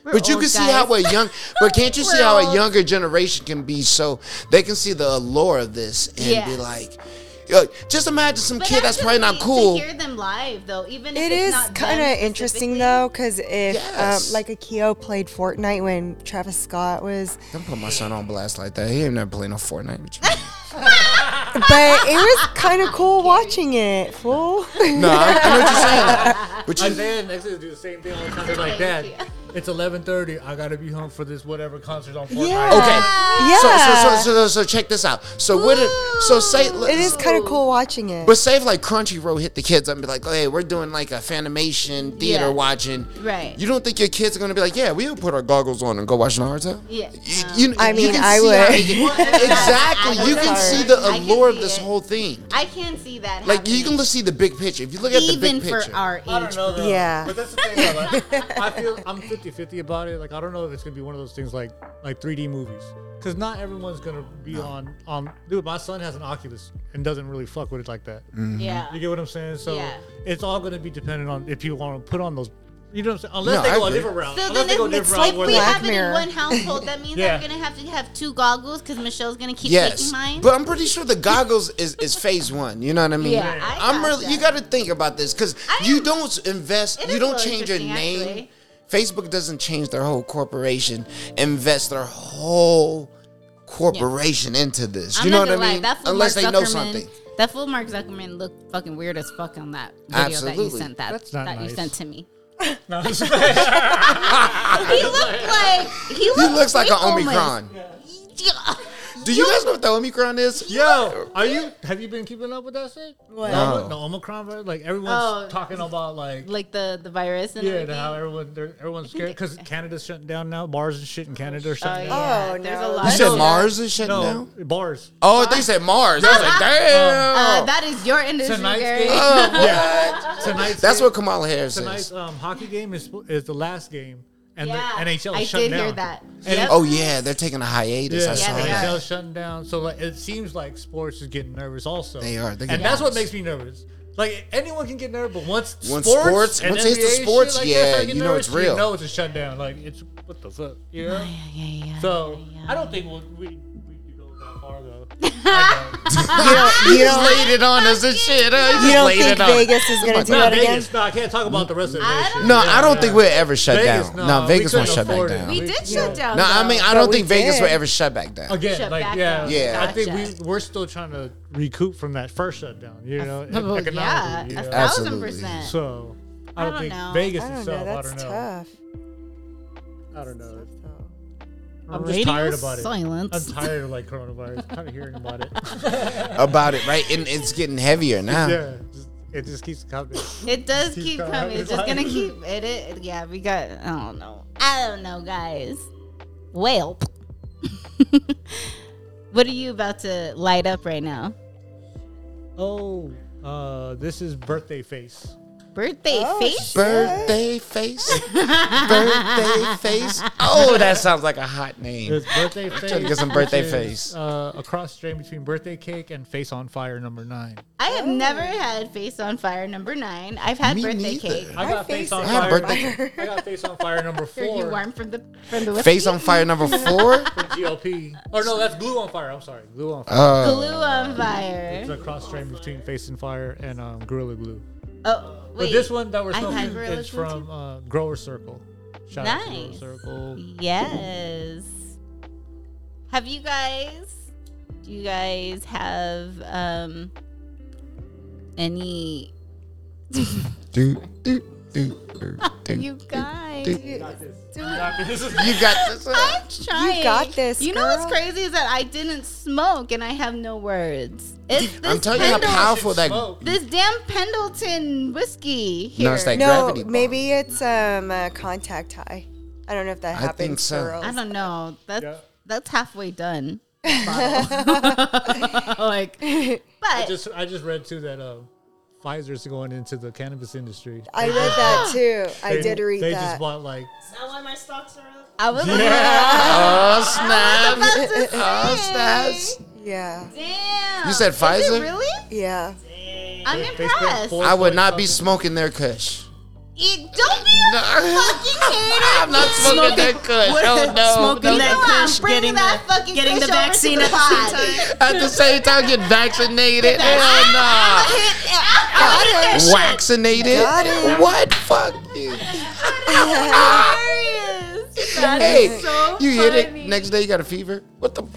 Speaker 1: We're
Speaker 4: but you
Speaker 1: old
Speaker 4: can see
Speaker 1: guys.
Speaker 4: how a young
Speaker 1: (laughs)
Speaker 4: but can't you see how
Speaker 1: Well-
Speaker 4: a younger generation can be so they can see the allure of this and
Speaker 1: Yeah.
Speaker 4: be like "Yo, just imagine some
Speaker 1: But
Speaker 4: kid that's probably not
Speaker 1: actually,
Speaker 4: cool.
Speaker 1: To hear them live though, even if
Speaker 2: It
Speaker 1: it's
Speaker 2: is
Speaker 1: not
Speaker 2: kind of
Speaker 1: them
Speaker 2: interesting
Speaker 1: specifically.
Speaker 2: though, because if
Speaker 4: Yes.
Speaker 2: um, like Akio played Fortnite when Travis Scott
Speaker 4: (laughs)
Speaker 2: was,
Speaker 4: Don't put my son on blast like that. He ain't never played no Fortnite. What
Speaker 1: (laughs)
Speaker 4: you mean?
Speaker 2: but it was kind of cool watching it.
Speaker 4: (laughs)
Speaker 2: Fool. (laughs)
Speaker 4: no, I, I know
Speaker 1: (laughs)
Speaker 4: what you're saying. But you,
Speaker 3: Isaiah and Exodus do the same thing all the time. They're like, Dad, it's 11:30. I gotta be home for this whatever concert on Fortnite.
Speaker 2: Yeah.
Speaker 4: okay.
Speaker 2: yeah.
Speaker 4: So, so, so, so, so check this out. So what? If, so say
Speaker 2: it is kind of cool watching it.
Speaker 4: But say if like Crunchyroll hit the kids up and be like, hey, we're doing like a Fanimation theater
Speaker 1: Yeah.
Speaker 4: watching.
Speaker 1: Right.
Speaker 4: You don't think your kids are gonna be like, yeah, we'll put our goggles on and go watch Naruto?
Speaker 1: Yeah. Um,
Speaker 4: You, you,
Speaker 2: I
Speaker 4: you
Speaker 2: mean,
Speaker 4: can
Speaker 2: I (laughs)
Speaker 4: see how they
Speaker 2: would.
Speaker 4: can-
Speaker 1: I
Speaker 4: exactly. You
Speaker 1: would.
Speaker 4: can
Speaker 2: Sorry.
Speaker 4: see the
Speaker 1: I can
Speaker 4: allure of
Speaker 1: see
Speaker 4: this
Speaker 1: it.
Speaker 4: whole thing.
Speaker 1: I can see that.
Speaker 4: Like you can
Speaker 1: happening,
Speaker 4: look see the big picture. If you look at the
Speaker 1: even
Speaker 4: big
Speaker 1: for
Speaker 4: picture,
Speaker 1: our
Speaker 3: I don't
Speaker 1: age.
Speaker 3: know though.
Speaker 2: Yeah.
Speaker 3: But that's the thing. Though, like, I feel I'm 50-50 about it. Like I don't know if it's gonna be one of those things like like 3D movies. Cause not everyone's gonna be on on. Dude, my son has an Oculus and doesn't really fuck with it like that.
Speaker 4: Mm.
Speaker 1: Yeah.
Speaker 3: Mm-hmm. You get what I'm saying? So
Speaker 1: Yeah.
Speaker 3: it's all gonna be dependent on if people want to put on those. You know what I'm saying? Unless
Speaker 4: No,
Speaker 3: they
Speaker 4: I
Speaker 3: go a
Speaker 4: agree.
Speaker 3: different route.
Speaker 1: So
Speaker 3: Unless
Speaker 1: then
Speaker 3: they go a
Speaker 1: if, if
Speaker 3: different route.
Speaker 1: we
Speaker 3: where
Speaker 2: Black
Speaker 1: have it in
Speaker 2: Mirror.
Speaker 1: one household, that means
Speaker 3: Yeah.
Speaker 1: I'm gonna have to have two goggles because Michelle's gonna keep taking
Speaker 4: yes,
Speaker 1: mine.
Speaker 4: but I'm pretty sure the goggles is, is phase one. You know what I mean?
Speaker 1: Yeah, I
Speaker 4: am
Speaker 1: got
Speaker 4: really. You
Speaker 1: that.
Speaker 4: got to think about this because
Speaker 1: I
Speaker 4: you
Speaker 1: am-
Speaker 4: don't invest.
Speaker 1: It
Speaker 4: You
Speaker 1: is a
Speaker 4: don't
Speaker 1: little
Speaker 4: change your
Speaker 1: interesting,
Speaker 4: name.
Speaker 1: actually.
Speaker 4: Facebook doesn't change their whole corporation. Invest their whole corporation into this. You
Speaker 1: I'm
Speaker 4: know
Speaker 1: not
Speaker 4: what I
Speaker 1: gonna lie,
Speaker 4: mean?
Speaker 1: that fool
Speaker 4: Unless
Speaker 1: Mark
Speaker 4: they know
Speaker 1: Zuckerman-
Speaker 4: something.
Speaker 1: That fool Mark Zuckerman looked fucking weird as fuck on that video that you
Speaker 4: Absolutely.
Speaker 1: sent that
Speaker 3: That's not
Speaker 1: that you
Speaker 3: nice.
Speaker 1: sent to me.
Speaker 3: (laughs) No,
Speaker 1: He looked like he looked
Speaker 4: He looks like an
Speaker 1: almost-
Speaker 4: Omicron.
Speaker 1: Yeah.
Speaker 4: Do you guys know what the Omicron is?
Speaker 3: Yo, are you? Have you been keeping up with that shit?
Speaker 4: Uh,
Speaker 2: What?
Speaker 3: No.
Speaker 4: No.
Speaker 3: The Omicron virus. Like everyone's
Speaker 1: Oh.
Speaker 3: talking about
Speaker 1: (laughs)
Speaker 3: like.
Speaker 1: Like the the virus and
Speaker 3: yeah,
Speaker 1: everything.
Speaker 3: how everyone they're, everyone's
Speaker 1: (laughs)
Speaker 3: scared because Canada's shutting down now. Bars and shit in Canada are shutting down.
Speaker 1: yeah.
Speaker 2: Oh,
Speaker 1: There's
Speaker 2: no.
Speaker 1: a
Speaker 4: You
Speaker 1: lot.
Speaker 4: said
Speaker 1: of-
Speaker 4: Mars is shutting
Speaker 3: No,
Speaker 4: down.
Speaker 3: bars.
Speaker 4: Oh, they said Mars. I
Speaker 1: (laughs)
Speaker 4: was like, damn.
Speaker 1: Uh,
Speaker 3: Oh.
Speaker 1: that is your industry,
Speaker 3: Tonight's
Speaker 1: Gary.
Speaker 3: game.
Speaker 4: Oh,
Speaker 3: (laughs)
Speaker 4: what?
Speaker 3: Tonight's
Speaker 4: That's
Speaker 3: game-
Speaker 4: what Kamala Harris
Speaker 3: tonight's
Speaker 4: is.
Speaker 3: um, hockey game is is the last game, and
Speaker 1: Yeah,
Speaker 3: the NHL is
Speaker 1: I
Speaker 3: shutting
Speaker 1: did
Speaker 3: down.
Speaker 1: hear that.
Speaker 3: And-
Speaker 1: Yep.
Speaker 4: Oh yeah, they're taking a hiatus.
Speaker 3: Yeah,
Speaker 4: I saw
Speaker 1: they
Speaker 4: that.
Speaker 1: are.
Speaker 4: (laughs)
Speaker 3: NHL's shutting down. So like, it seems like sports is getting nervous also.
Speaker 4: They are. They're
Speaker 3: and
Speaker 4: getting
Speaker 3: that's what makes
Speaker 4: nervous.
Speaker 3: me nervous. Like anyone can get nervous, but once,
Speaker 4: Once
Speaker 3: sports,
Speaker 4: sports-
Speaker 3: and
Speaker 4: once it's the
Speaker 3: NBA shit
Speaker 4: sports,
Speaker 3: like that
Speaker 4: yeah,
Speaker 3: start getting
Speaker 4: you know
Speaker 3: nervous,
Speaker 4: it's real.
Speaker 3: You know it's a shutdown. Like it's what the fuck, you know?
Speaker 1: Yeah, yeah, yeah.
Speaker 3: So I don't think we'll, we we could go that car
Speaker 1: (laughs)
Speaker 3: though.
Speaker 4: you just laid it on us and shit. huh? just
Speaker 2: You don't
Speaker 4: laid
Speaker 2: think
Speaker 4: it on.
Speaker 2: Vegas is gonna do
Speaker 3: No,
Speaker 2: that again?
Speaker 3: Vegas. No, I can't talk about the rest of the
Speaker 1: I
Speaker 3: nation.
Speaker 1: don't
Speaker 4: No, I don't think we'll ever shut
Speaker 3: Vegas,
Speaker 4: down.
Speaker 3: no,
Speaker 4: No,
Speaker 3: we
Speaker 4: Vegas won't
Speaker 3: couldn't
Speaker 4: shut back
Speaker 3: afford it.
Speaker 4: down.
Speaker 1: We did shut down.
Speaker 4: No, I
Speaker 1: though.
Speaker 4: mean I
Speaker 2: But
Speaker 4: don't
Speaker 2: we
Speaker 4: think Vegas
Speaker 2: did.
Speaker 4: will ever shut back down.
Speaker 3: Again,
Speaker 1: Shut
Speaker 3: like
Speaker 1: back
Speaker 3: yeah,
Speaker 1: down.
Speaker 4: Yeah.
Speaker 3: I think
Speaker 1: Gotcha.
Speaker 3: we we're still trying to recoup from that first shutdown. You
Speaker 1: (laughs)
Speaker 3: know,
Speaker 1: Well,
Speaker 3: economically.
Speaker 1: Oh, yeah,
Speaker 3: you
Speaker 1: a
Speaker 3: know?
Speaker 1: thousand
Speaker 4: Absolutely.
Speaker 1: percent.
Speaker 3: So I
Speaker 1: I
Speaker 3: don't,
Speaker 1: don't
Speaker 3: think
Speaker 1: know.
Speaker 3: Vegas
Speaker 2: I don't
Speaker 3: itself.
Speaker 2: know. That's
Speaker 3: I don't know.
Speaker 2: tough.
Speaker 3: I don't know.
Speaker 2: though.
Speaker 3: I'm just
Speaker 5: Radio
Speaker 3: tired about it. I'm
Speaker 1: Silence.
Speaker 3: tired of like coronavirus. I'm tired of hearing about it.
Speaker 2: (laughs)
Speaker 4: About it, right? And it's getting heavier now.
Speaker 3: yeah, just, it just keeps coming.
Speaker 1: It does
Speaker 3: Keep
Speaker 1: keep
Speaker 3: coming.
Speaker 1: coming. It's
Speaker 3: It's
Speaker 1: just
Speaker 3: like-
Speaker 1: gonna keep it, it. Yeah, we got. I don't know. I don't know, guys. Well, (laughs) what are you about to light up right now?
Speaker 3: Oh, uh, this is birthday face.
Speaker 1: Birthday
Speaker 2: Oh,
Speaker 1: face.
Speaker 4: Birthday face, birthday face. Oh, that sounds like a hot name.
Speaker 3: There's birthday face.
Speaker 4: to get some birthday
Speaker 3: which is,
Speaker 4: face.
Speaker 3: Uh, a cross strain between birthday cake and face on fire number nine.
Speaker 1: I have never had face on fire number nine. I've had
Speaker 4: Me
Speaker 1: birthday
Speaker 4: neither.
Speaker 1: cake.
Speaker 3: I
Speaker 2: My
Speaker 3: got face,
Speaker 2: face
Speaker 3: on
Speaker 2: is
Speaker 4: on
Speaker 2: (laughs)
Speaker 3: fire.
Speaker 4: birthday-
Speaker 3: I got face on
Speaker 1: (laughs)
Speaker 3: fire number
Speaker 1: Are you
Speaker 3: four.
Speaker 1: warm from the from the whiskey?
Speaker 4: Face on fire number four.
Speaker 3: with GLP. Or Oh, no, that's glue on fire. I'm sorry, glue on fire.
Speaker 2: Uh,
Speaker 4: Oh,
Speaker 1: Glue on
Speaker 3: It's
Speaker 1: fire.
Speaker 3: a cross strain between face and fire and um, gorilla glue.
Speaker 1: Oh wait.
Speaker 3: but this one that we're
Speaker 1: I've had
Speaker 3: smoking
Speaker 1: Gorilla
Speaker 3: is
Speaker 1: Glue
Speaker 3: from uh, Grower Circle. Shout out to Grower
Speaker 1: Nice.
Speaker 3: Circle.
Speaker 1: (laughs)
Speaker 3: (laughs)
Speaker 1: Yes. Have you guys? Do you guys have um any?
Speaker 4: do, do, do, do, do.
Speaker 1: You guys.
Speaker 3: This is- (laughs)
Speaker 4: You got this.
Speaker 1: I'm
Speaker 4: One.
Speaker 1: trying.
Speaker 2: got this,
Speaker 1: You know what's
Speaker 2: girl.
Speaker 1: crazy is that I didn't smoke and I have no words. It's this
Speaker 4: I'm telling you how
Speaker 1: Pendle-
Speaker 4: powerful that.
Speaker 3: Smoke.
Speaker 1: This damn Pendleton whiskey here.
Speaker 4: No, it's that
Speaker 2: No,
Speaker 4: gravity. bar. (laughs)
Speaker 2: maybe it's um uh, contact high. I don't know if that
Speaker 4: I
Speaker 2: happens.
Speaker 4: think so.
Speaker 2: for girls.
Speaker 1: I don't know. That's
Speaker 3: Yeah.
Speaker 1: that's halfway done. (laughs) like, but
Speaker 3: (laughs) I just I just read too that um, Pfizer's going into the cannabis industry.
Speaker 2: I read that too. I
Speaker 3: They-
Speaker 2: did read
Speaker 3: They
Speaker 2: that.
Speaker 3: just bought
Speaker 1: (laughs)
Speaker 3: like
Speaker 5: Is that why my stocks are up?
Speaker 1: I was
Speaker 3: (laughs)
Speaker 4: Oh
Speaker 1: about
Speaker 4: snap!
Speaker 1: to
Speaker 4: Oh
Speaker 1: say.
Speaker 4: snaps!
Speaker 2: yeah,
Speaker 1: Damn.
Speaker 4: You said
Speaker 1: Is it
Speaker 4: Pfizer?
Speaker 1: really?
Speaker 2: yeah.
Speaker 1: I'm
Speaker 3: They- they
Speaker 1: impressed.
Speaker 3: spent four
Speaker 4: I would not be
Speaker 3: point
Speaker 4: smoking their kush.
Speaker 1: It- don't be a
Speaker 4: No.
Speaker 1: fucking hater.
Speaker 4: I'm not smoking their kush. Oh no!
Speaker 5: smoking
Speaker 4: no.
Speaker 1: You know
Speaker 5: that
Speaker 1: I'm
Speaker 5: kush,
Speaker 1: bringing
Speaker 5: getting
Speaker 1: that
Speaker 5: the-
Speaker 1: fucking
Speaker 5: getting
Speaker 1: kush
Speaker 5: the
Speaker 1: over to
Speaker 5: vaccine
Speaker 1: the
Speaker 5: at the same
Speaker 1: pod. (laughs)
Speaker 4: At the same time, get vaccinated. Hell no!
Speaker 5: (laughs)
Speaker 1: I'm
Speaker 4: Vaccinated?
Speaker 2: Got it.
Speaker 4: What? Fuck you.
Speaker 1: hilarious. That is
Speaker 4: Hey,
Speaker 1: so
Speaker 4: you
Speaker 1: funny.
Speaker 4: hit it. Next day, you got a fever. What the?
Speaker 1: No.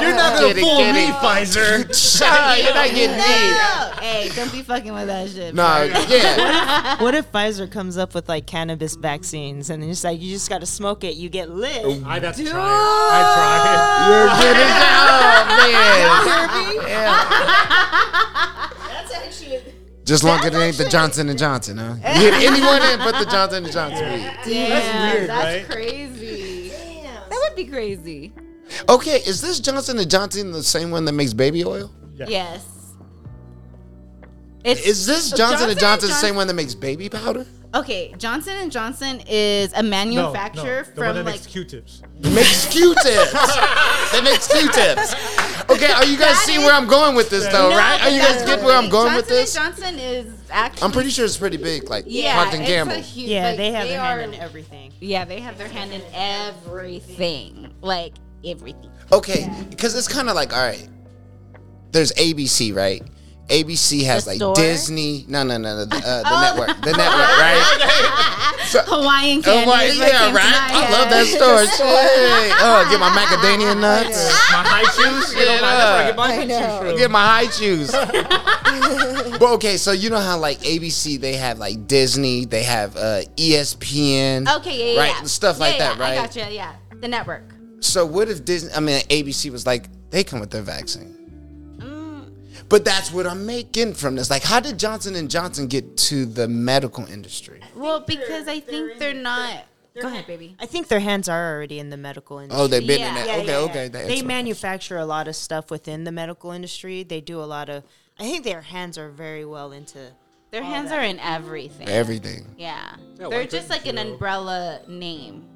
Speaker 4: You're not gonna
Speaker 3: fool me,
Speaker 4: (laughs)
Speaker 3: Pfizer. (laughs)
Speaker 4: Pfizer. You're not getting me.
Speaker 1: No. Hey, don't be fucking with that shit.
Speaker 4: Nah, yeah.
Speaker 5: What if Pfizer comes up with like cannabis vaccines and it's like you just got to smoke it, you get lit.
Speaker 3: I'd have to try it. I'd
Speaker 4: You're getting oh, man. Yeah.
Speaker 5: That's actually
Speaker 4: Just long as it ain't the Johnson and Johnson,
Speaker 1: (laughs)
Speaker 4: huh? You hit anyone in but the Johnson and Johnson. weed.
Speaker 1: Damn,
Speaker 3: weird,
Speaker 1: that's
Speaker 3: right?
Speaker 1: crazy. That would be crazy.
Speaker 4: Okay, is this Johnson and Johnson the same one that makes baby oil?
Speaker 3: Yeah.
Speaker 1: Yes. It's,
Speaker 4: Is this Johnson, and
Speaker 1: Johnson
Speaker 4: Johnson
Speaker 1: Johnson-
Speaker 4: the same one that makes baby powder?
Speaker 1: okay. Johnson and Johnson is a
Speaker 3: No, no,
Speaker 1: manufacturer
Speaker 3: the one that
Speaker 1: from like (laughs)
Speaker 3: makes Q-tips.
Speaker 4: Makes Q-tips. that makes Q-tips. Okay, are you guys
Speaker 1: That
Speaker 4: seeing
Speaker 1: is-
Speaker 4: where I'm going with this though,
Speaker 1: No,
Speaker 4: right? Are
Speaker 1: but
Speaker 4: you guys
Speaker 1: that's
Speaker 4: getting where I'm
Speaker 1: okay.
Speaker 4: going with this?
Speaker 1: Johnson and Johnson is actually.
Speaker 4: I'm pretty sure it's pretty big, like
Speaker 1: Yeah,
Speaker 4: Procter and
Speaker 1: it's
Speaker 4: Gamble.
Speaker 1: a huge.
Speaker 5: Yeah,
Speaker 1: like,
Speaker 5: they have their
Speaker 1: are,
Speaker 5: hand in everything.
Speaker 1: Yeah, they have their hand in everything, like everything.
Speaker 4: okay, because it's kind of like all right. There's ABC, right? ABC has
Speaker 1: The
Speaker 4: like
Speaker 1: store?
Speaker 4: Disney. No, no, no, no. The, uh, the
Speaker 1: (laughs) Oh.
Speaker 4: network, the network,
Speaker 1: (laughs)
Speaker 4: right? So-
Speaker 1: Hawaiian
Speaker 4: Oh,
Speaker 1: candy.
Speaker 4: why-
Speaker 1: is what
Speaker 4: yeah,
Speaker 1: came to
Speaker 4: right.
Speaker 1: my
Speaker 4: I love
Speaker 1: head.
Speaker 4: that
Speaker 1: (laughs)
Speaker 4: store. Shit. Oh, get my macadamia nuts.
Speaker 1: Ah!
Speaker 3: My high shoes. You know, my, that's where I get my
Speaker 2: I know.
Speaker 3: high shoes
Speaker 4: Get
Speaker 3: from.
Speaker 4: my high
Speaker 1: (laughs)
Speaker 4: shoes. but okay, so you know how like ABC, they have like Disney, they have uh, ESPN,
Speaker 1: Okay, yeah, yeah,
Speaker 4: right,
Speaker 1: yeah.
Speaker 4: stuff
Speaker 1: Yeah,
Speaker 4: like
Speaker 1: yeah,
Speaker 4: that, right?
Speaker 1: I gotcha. Yeah, the network.
Speaker 4: So what if Disney? I mean, ABC was like, they come with their vaccine. But that's what I'm making from this. Like, how did Johnson and Johnson get to the medical industry?
Speaker 1: Well, because I think they're not. Go ahead, baby.
Speaker 5: I think their hands are already in the medical industry.
Speaker 4: Oh, they've been in
Speaker 1: Yeah.
Speaker 4: that.
Speaker 5: Yeah,
Speaker 4: okay,
Speaker 5: yeah, yeah.
Speaker 4: okay. that's
Speaker 5: They
Speaker 4: what-
Speaker 5: manufacture a lot of stuff within the medical industry. They do a lot of. I think their hands are very well into.
Speaker 1: Their hands are in everything.
Speaker 4: everything.
Speaker 1: Yeah,
Speaker 3: Yeah,
Speaker 1: they're
Speaker 3: why
Speaker 1: just
Speaker 3: couldn't
Speaker 1: like an
Speaker 3: you?
Speaker 1: umbrella name.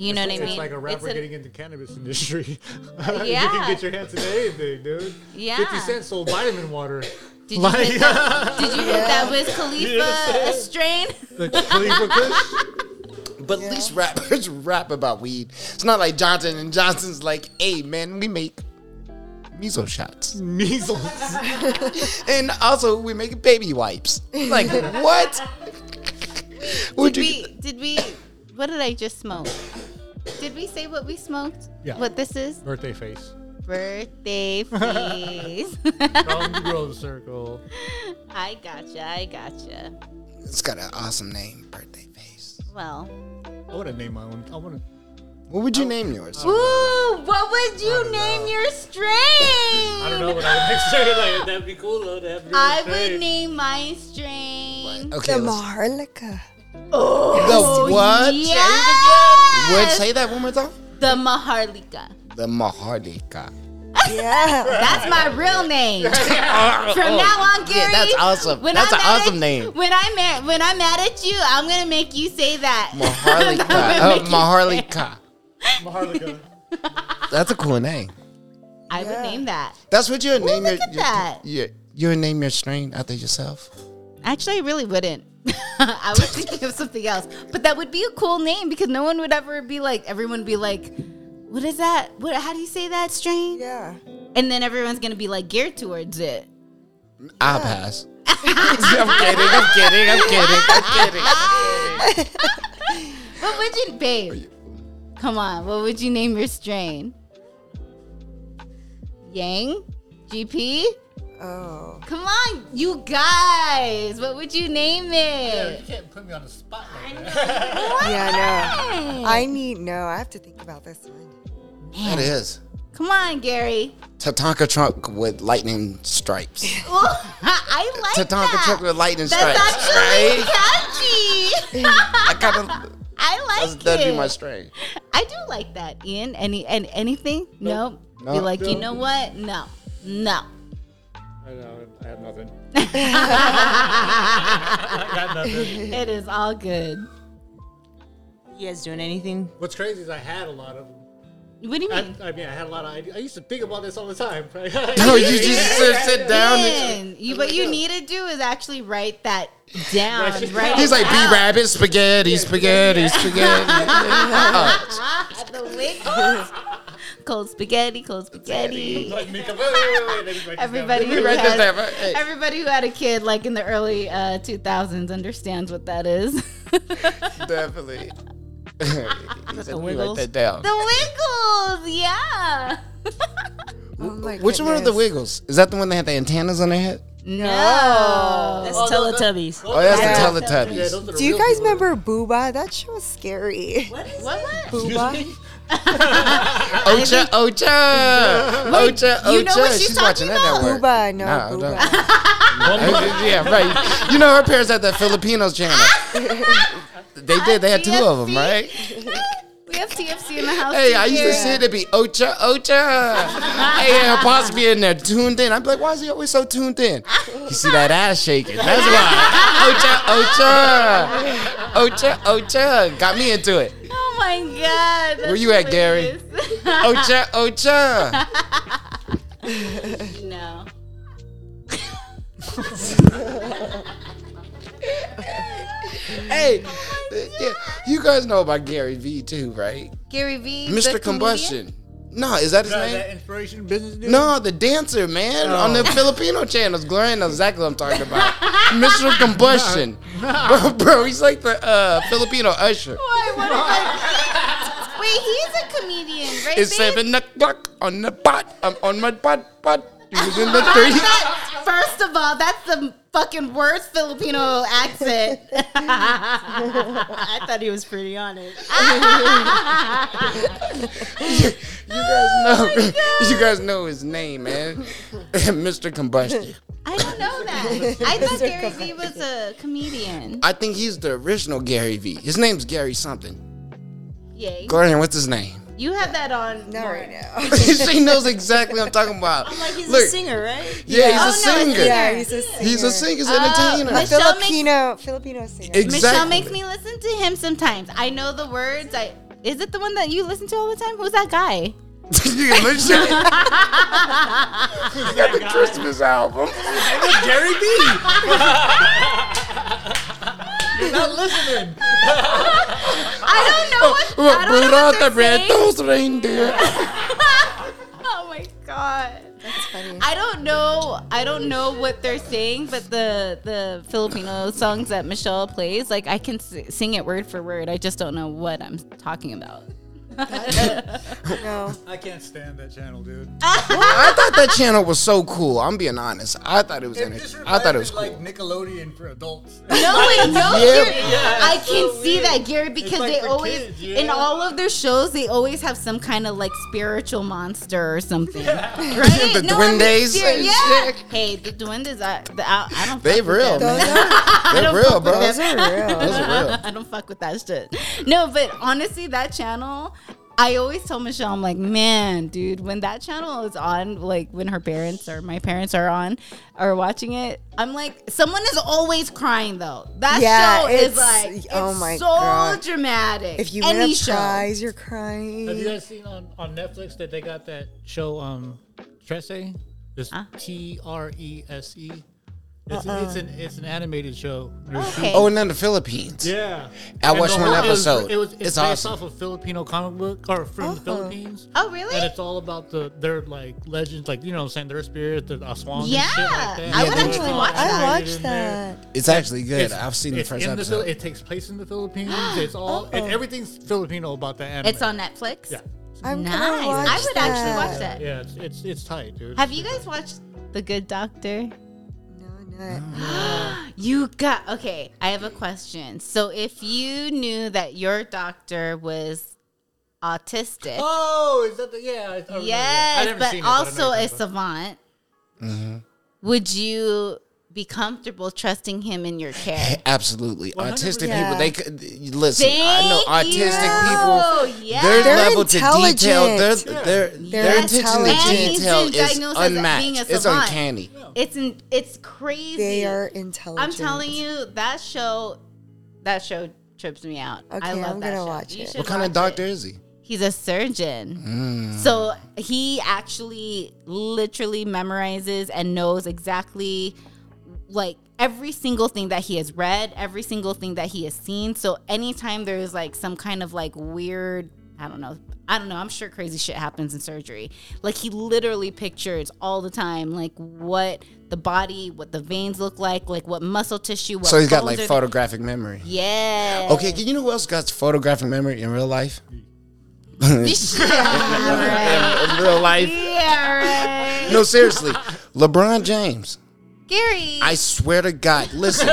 Speaker 1: You know what I mean?
Speaker 3: It's like a rapper
Speaker 1: an-
Speaker 3: getting into cannabis industry. (laughs) you
Speaker 1: Yeah.
Speaker 3: can get your hands into anything, dude.
Speaker 1: Yeah.
Speaker 3: 50 Cent sold
Speaker 1: (laughs)
Speaker 3: vitamin water.
Speaker 1: Did you
Speaker 3: (laughs)
Speaker 1: hit
Speaker 4: (laughs)
Speaker 1: that? Did you hit that Wiz
Speaker 3: You know what I'm
Speaker 1: Khalifa strain?
Speaker 3: The Khalifa Kush.
Speaker 4: But at least rappers (laughs) rap about weed. It's not like Johnson and Johnson's like, hey man, we make measles shots.
Speaker 3: Measles.
Speaker 4: And also we make baby wipes. Like what? Would
Speaker 1: Did we? Did we? What did I just smoke? Did we say what we smoked?
Speaker 3: Yeah.
Speaker 1: What this is?
Speaker 3: Birthday face. (laughs)
Speaker 1: Birthday face.
Speaker 3: From the Grove Circle.
Speaker 1: I gotcha. I gotcha.
Speaker 4: It's got an awesome name, birthday face.
Speaker 1: Well.
Speaker 3: I would have named my own. I would have.
Speaker 4: What would you name yours?
Speaker 1: Ooh, what would you name your strain? I
Speaker 3: I don't know what I would say. Like, that'd be cool though. To have your
Speaker 1: (laughs) I
Speaker 3: say.
Speaker 1: would name my strain. Oh,
Speaker 4: Okay.
Speaker 2: The
Speaker 4: let's-
Speaker 2: Maharlika.
Speaker 4: The what? Would
Speaker 1: Yes.
Speaker 4: say that one more time.
Speaker 1: The Maharlika.
Speaker 4: The Maharlika.
Speaker 2: Yeah.
Speaker 1: That's
Speaker 3: (laughs)
Speaker 1: my real name.
Speaker 3: Oh.
Speaker 1: From now on, Gary.
Speaker 4: that's awesome.
Speaker 1: when
Speaker 4: That's
Speaker 1: I'm
Speaker 4: an
Speaker 1: mad
Speaker 4: awesome
Speaker 1: at,
Speaker 4: name.
Speaker 1: When I'm mad, when I'm mad at you, I'm gonna make you say that.
Speaker 4: Maharlika.
Speaker 1: That would
Speaker 4: Oh,
Speaker 1: make you-
Speaker 4: Maharlika.
Speaker 3: Maharlika.
Speaker 4: That's a cool name.
Speaker 1: I would name that.
Speaker 4: That's what you would name
Speaker 1: look
Speaker 4: your,
Speaker 1: at
Speaker 4: your
Speaker 1: that.
Speaker 4: your you would name your strain after yourself.
Speaker 1: Actually, I really wouldn't. (laughs) I was thinking of something else, but that would be a cool name because no one would ever be like. Everyone would be like, "What is that? What? How do you say that strain?"
Speaker 2: Yeah.
Speaker 1: And then everyone's gonna be like geared towards it.
Speaker 4: I'll pass. I'm kidding. I'm kidding. I'm kidding. I'm kidding.
Speaker 1: What would you, babe? Come on, what would you name your strain? Yang, GP.
Speaker 2: Oh.
Speaker 1: Come on, you guys. What would you name it?
Speaker 3: You can't put me on the spot. Like that.
Speaker 2: Yeah, no.
Speaker 1: Hey,
Speaker 2: I need no. I have to think about this one.
Speaker 4: That is
Speaker 1: Come on, Gary. (laughs)
Speaker 4: Tatanka trunk with lightning stripes.
Speaker 1: Ooh, I like
Speaker 4: Tatanka
Speaker 1: that.
Speaker 4: trunk with lightning
Speaker 1: That's
Speaker 4: stripes.
Speaker 1: actually (laughs)
Speaker 4: Right?
Speaker 1: catchy. (laughs)
Speaker 4: I kind of
Speaker 1: I like
Speaker 4: that'd
Speaker 1: it.
Speaker 4: be my strain.
Speaker 1: I do like that, Ian. Any and anything? No.
Speaker 4: No.
Speaker 1: Be like, you know what? No,
Speaker 4: (laughs)
Speaker 1: no.
Speaker 3: I know. I have nothing. I got nothing.
Speaker 1: It is all good.
Speaker 5: You guys doing anything?
Speaker 3: What's crazy is I had a lot of.
Speaker 1: What do you
Speaker 3: I,
Speaker 1: mean?
Speaker 3: I mean, I had a lot of ideas. I used to think about this all the time. Right?
Speaker 4: No, you just sit, sit down. And,
Speaker 1: Ian, you, what you need to do is actually write that down.
Speaker 3: Write it
Speaker 1: Write
Speaker 3: down.
Speaker 1: it
Speaker 4: he's like B
Speaker 1: out.
Speaker 4: rabbit spaghetti, spaghetti, spaghetti.
Speaker 1: At the Wiggles. (laughs) cold spaghetti, cold spaghetti.
Speaker 3: Like, Mika, wait, wait, wait, wait, wait.
Speaker 1: Everybody who,
Speaker 4: Let me write this down,
Speaker 1: had,
Speaker 4: right? Hey.
Speaker 1: everybody who had a kid like in the early uh, 2000s understands what that is. (laughs) the
Speaker 4: Definitely. (laughs) He said, "Let me write
Speaker 5: Wiggles?
Speaker 4: that down.
Speaker 1: Wiggles, yeah.
Speaker 2: Oh my
Speaker 4: Which one of the
Speaker 2: goodness.
Speaker 4: Wiggles? Is that the one that had the antennas on their head?
Speaker 1: No.
Speaker 5: That's
Speaker 3: Oh, no, no.
Speaker 5: Teletubbies.
Speaker 4: Oh, that's
Speaker 2: Yeah.
Speaker 4: the
Speaker 3: Yeah,
Speaker 4: Teletubbies.
Speaker 3: those are the
Speaker 2: Do you
Speaker 3: real
Speaker 2: guys
Speaker 3: people.
Speaker 2: remember Booba? That show was scary. What?
Speaker 1: What? what?
Speaker 2: Booba?
Speaker 4: Ocha, Ocha, Ocha, Ocha.
Speaker 1: you know what she's talking
Speaker 4: watching that
Speaker 1: about?
Speaker 4: network.
Speaker 2: Booba, no,
Speaker 4: Nah,
Speaker 2: Booba.
Speaker 4: don't. (laughs) yeah, right. You know her parents had that Filipinos channel. they did. They had two of them, right?
Speaker 1: We have TFC in the house.
Speaker 4: Hey,
Speaker 1: too
Speaker 4: I used to
Speaker 1: here.
Speaker 4: see it to be Ocha, Ocha. hey,
Speaker 1: (laughs)
Speaker 4: her pops be in there tuned in. I'm like, why is he always so tuned in? You see that ass shaking. That's why. Ocha, Ocha, Ocha, Ocha. Got me into it.
Speaker 1: Oh my god. that's
Speaker 4: Where you at, Gary?
Speaker 1: hilarious.
Speaker 4: (laughs) Ocha, Ocha.
Speaker 1: no.
Speaker 4: Hey, yeah, you guys know about Gary V too, right?
Speaker 1: Gary V. the
Speaker 4: Mr.
Speaker 1: comedian?
Speaker 4: Combustion. No, is that his
Speaker 3: That,
Speaker 4: name?
Speaker 3: that inspiration business dude?
Speaker 4: No, the dancer, man, on the Filipino channels. Gloria knows exactly what I'm talking about. Mr. Combustion. (laughs) Bro, bro, he's like the uh, Filipino usher.
Speaker 1: Why, what am I- Wait, he's a comedian, right?
Speaker 4: It's
Speaker 1: babe?
Speaker 4: seven o'clock on the pot. I'm on my pot, pot. Using the
Speaker 1: (laughs)
Speaker 4: three.
Speaker 1: That- first of all, that's the fucking worst Filipino accent.
Speaker 5: I thought he was pretty on it.
Speaker 4: You guys know. (laughs) you guys know his name, man. (laughs) Mr. Combustion.
Speaker 1: I don't know that. I thought Gary Vee was a comedian.
Speaker 4: I think he's the original Gary V. His name's Gary something.
Speaker 1: Yay.
Speaker 4: Gloria, what's his name? (laughs)
Speaker 1: You have that on.
Speaker 2: Not
Speaker 1: more. (laughs)
Speaker 2: right now.
Speaker 4: she knows exactly what I'm talking about.
Speaker 5: (laughs) Like he's
Speaker 4: Look,
Speaker 5: a
Speaker 2: (laughs)
Speaker 5: singer, right?
Speaker 4: Yeah,
Speaker 1: Oh, no,
Speaker 4: he's a
Speaker 1: it's
Speaker 4: singer.
Speaker 2: Yeah, he's a singer. Uh,
Speaker 4: He's a singer, he's an entertainer.
Speaker 1: Michelle
Speaker 2: Filipino, Filipino singer.
Speaker 1: Michelle
Speaker 4: Exactly.
Speaker 1: makes me listen to him sometimes. I know the words. I is it the one that you listen to all the time? Who's that guy?
Speaker 4: (laughs) you can listen. you got the Christmas album.
Speaker 3: Gary B. You're not listening.
Speaker 1: I I don't know what. (laughs) I don't know
Speaker 4: Rudolph
Speaker 1: what
Speaker 4: the
Speaker 1: they're
Speaker 4: red
Speaker 1: saying.
Speaker 4: nosed reindeer.
Speaker 1: Oh my god.
Speaker 2: That's funny.
Speaker 1: I don't know. I don't know what they're saying, but the the Filipino songs that Michelle plays, like I can s- sing it word for word. I just don't know what I'm talking about.
Speaker 2: No.
Speaker 3: I can't stand that channel, dude.
Speaker 4: I thought that channel was so cool. I'm being honest. I thought it was.
Speaker 3: It
Speaker 4: Energy.
Speaker 3: just
Speaker 4: I
Speaker 3: reminded
Speaker 4: thought it was
Speaker 3: me,
Speaker 4: cool.
Speaker 3: like Nickelodeon for (laughs) adults.
Speaker 1: No, wait, no,
Speaker 4: Yeah.
Speaker 1: Gary.
Speaker 3: Yeah,
Speaker 1: I
Speaker 3: it's
Speaker 1: can
Speaker 3: so
Speaker 1: see
Speaker 3: weird.
Speaker 1: that, Gary, because
Speaker 3: like
Speaker 1: they
Speaker 3: for
Speaker 1: always,
Speaker 3: kids, yeah.
Speaker 1: in all of their shows, they always have some kind of like spiritual monster or something. Right?
Speaker 4: The
Speaker 1: I'm being
Speaker 4: duendes
Speaker 1: serious.
Speaker 4: and
Speaker 1: Yeah.
Speaker 4: shit.
Speaker 1: Hey, the duendes, I, the, I, I don't
Speaker 4: They
Speaker 1: fuck with
Speaker 4: real,
Speaker 1: them.
Speaker 4: man.
Speaker 2: Those are,
Speaker 4: They're real, bro.
Speaker 2: those
Speaker 4: Those
Speaker 2: are real.
Speaker 4: are real.
Speaker 1: I don't fuck with that shit. No, but honestly, that channel, I always tell Michelle, I'm like, man, dude, when that channel is on, like when her parents or my parents are on or watching it, I'm like, someone is always crying though. That
Speaker 2: Yeah,
Speaker 1: show is
Speaker 2: it's-
Speaker 1: like,
Speaker 2: oh
Speaker 1: it's
Speaker 2: my
Speaker 1: so
Speaker 2: God.
Speaker 1: dramatic.
Speaker 2: If you
Speaker 1: Any
Speaker 2: win a
Speaker 1: show.
Speaker 2: prize, you're
Speaker 3: Have you
Speaker 2: crying.
Speaker 3: guys seen on, on Netflix that they got that show um Tresse? This T R E S E. It's
Speaker 1: Uh-uh.
Speaker 3: it's an it's an animated show.
Speaker 1: Okay.
Speaker 4: Oh, and then the Philippines.
Speaker 3: Yeah.
Speaker 4: I
Speaker 3: And
Speaker 4: watched
Speaker 3: the
Speaker 4: one
Speaker 3: whole- it was-
Speaker 4: episode.
Speaker 3: It was, it's,
Speaker 4: It's
Speaker 3: based
Speaker 4: awesome.
Speaker 3: off a Filipino comic book or from the Philippines.
Speaker 1: Oh, really?
Speaker 3: And it's all about the their like legends, like you know what I'm saying, their spirits, the Aswang
Speaker 1: Yeah.
Speaker 3: and shit like that.
Speaker 1: I
Speaker 4: would
Speaker 3: It's
Speaker 4: actually
Speaker 3: all
Speaker 1: watch
Speaker 3: animated
Speaker 2: Oh, I
Speaker 1: that.
Speaker 2: watched
Speaker 3: in there.
Speaker 2: that.
Speaker 4: It's actually good.
Speaker 3: It's-
Speaker 4: I've seen the
Speaker 3: it's
Speaker 4: first
Speaker 3: in
Speaker 4: episode.
Speaker 3: Phil- it takes place in the Philippines. It's all and everything's Filipino about that anime.
Speaker 1: Oh. It's on Netflix.
Speaker 3: Yeah.
Speaker 2: I'm
Speaker 1: Nice.
Speaker 2: gonna watch
Speaker 1: I would actually watch that.
Speaker 3: Yeah, it's it's, it's tight, dude.
Speaker 1: Have you guys watched The Good Doctor?
Speaker 2: No, not.
Speaker 1: You got okay. I have a question. So, if you knew that your doctor was autistic,
Speaker 3: Oh, is that the yeah? I- I remember that. I
Speaker 1: yes,
Speaker 3: never
Speaker 1: but
Speaker 3: seen it, I know
Speaker 1: also
Speaker 3: you're
Speaker 1: a
Speaker 3: talking about
Speaker 1: savant,
Speaker 4: Mm-hmm.
Speaker 1: would you be comfortable trusting him in your care?
Speaker 4: Absolutely, autistic
Speaker 3: 100%.
Speaker 4: people. They could listen. I know
Speaker 1: (laughs) Thank
Speaker 4: autistic
Speaker 1: you.
Speaker 4: people.
Speaker 1: Yeah.
Speaker 4: Their
Speaker 2: They're
Speaker 4: level to detail, their
Speaker 2: intelligent.
Speaker 4: their their attention to
Speaker 2: intelligent.
Speaker 1: And he's
Speaker 4: detail
Speaker 1: been
Speaker 4: is
Speaker 1: diagnosed as being a
Speaker 4: unmatched. It's
Speaker 1: savant.
Speaker 4: uncanny.
Speaker 1: It's in, it's crazy.
Speaker 2: They are intelligent.
Speaker 1: I'm telling you, that show, that show trips me out. I
Speaker 2: Okay,
Speaker 1: love
Speaker 2: I'm
Speaker 1: that
Speaker 2: gonna
Speaker 1: show.
Speaker 2: watch
Speaker 1: You
Speaker 2: it.
Speaker 1: should
Speaker 4: What kind of
Speaker 1: watch it.
Speaker 4: doctor is he?
Speaker 1: He's a surgeon.
Speaker 4: Mm.
Speaker 1: So he actually literally memorizes and knows exactly like every single thing that he has read, every single thing that he has seen. So anytime there is like some kind of like weird, I don't know, I don't know, I'm sure crazy shit happens in surgery. Like he literally pictures all the time like what the body, what the veins look like, like what muscle tissue, what
Speaker 4: So he's got like
Speaker 1: bones are-
Speaker 4: photographic memory.
Speaker 1: Yeah.
Speaker 4: Okay, you know who else got photographic memory in
Speaker 1: (laughs)
Speaker 4: real life? (laughs)
Speaker 1: yeah, right.
Speaker 4: In real life.
Speaker 1: Yeah, right.
Speaker 4: No, seriously, LeBron James.
Speaker 1: Gary.
Speaker 4: I swear to God,
Speaker 3: (laughs)
Speaker 4: listen. no,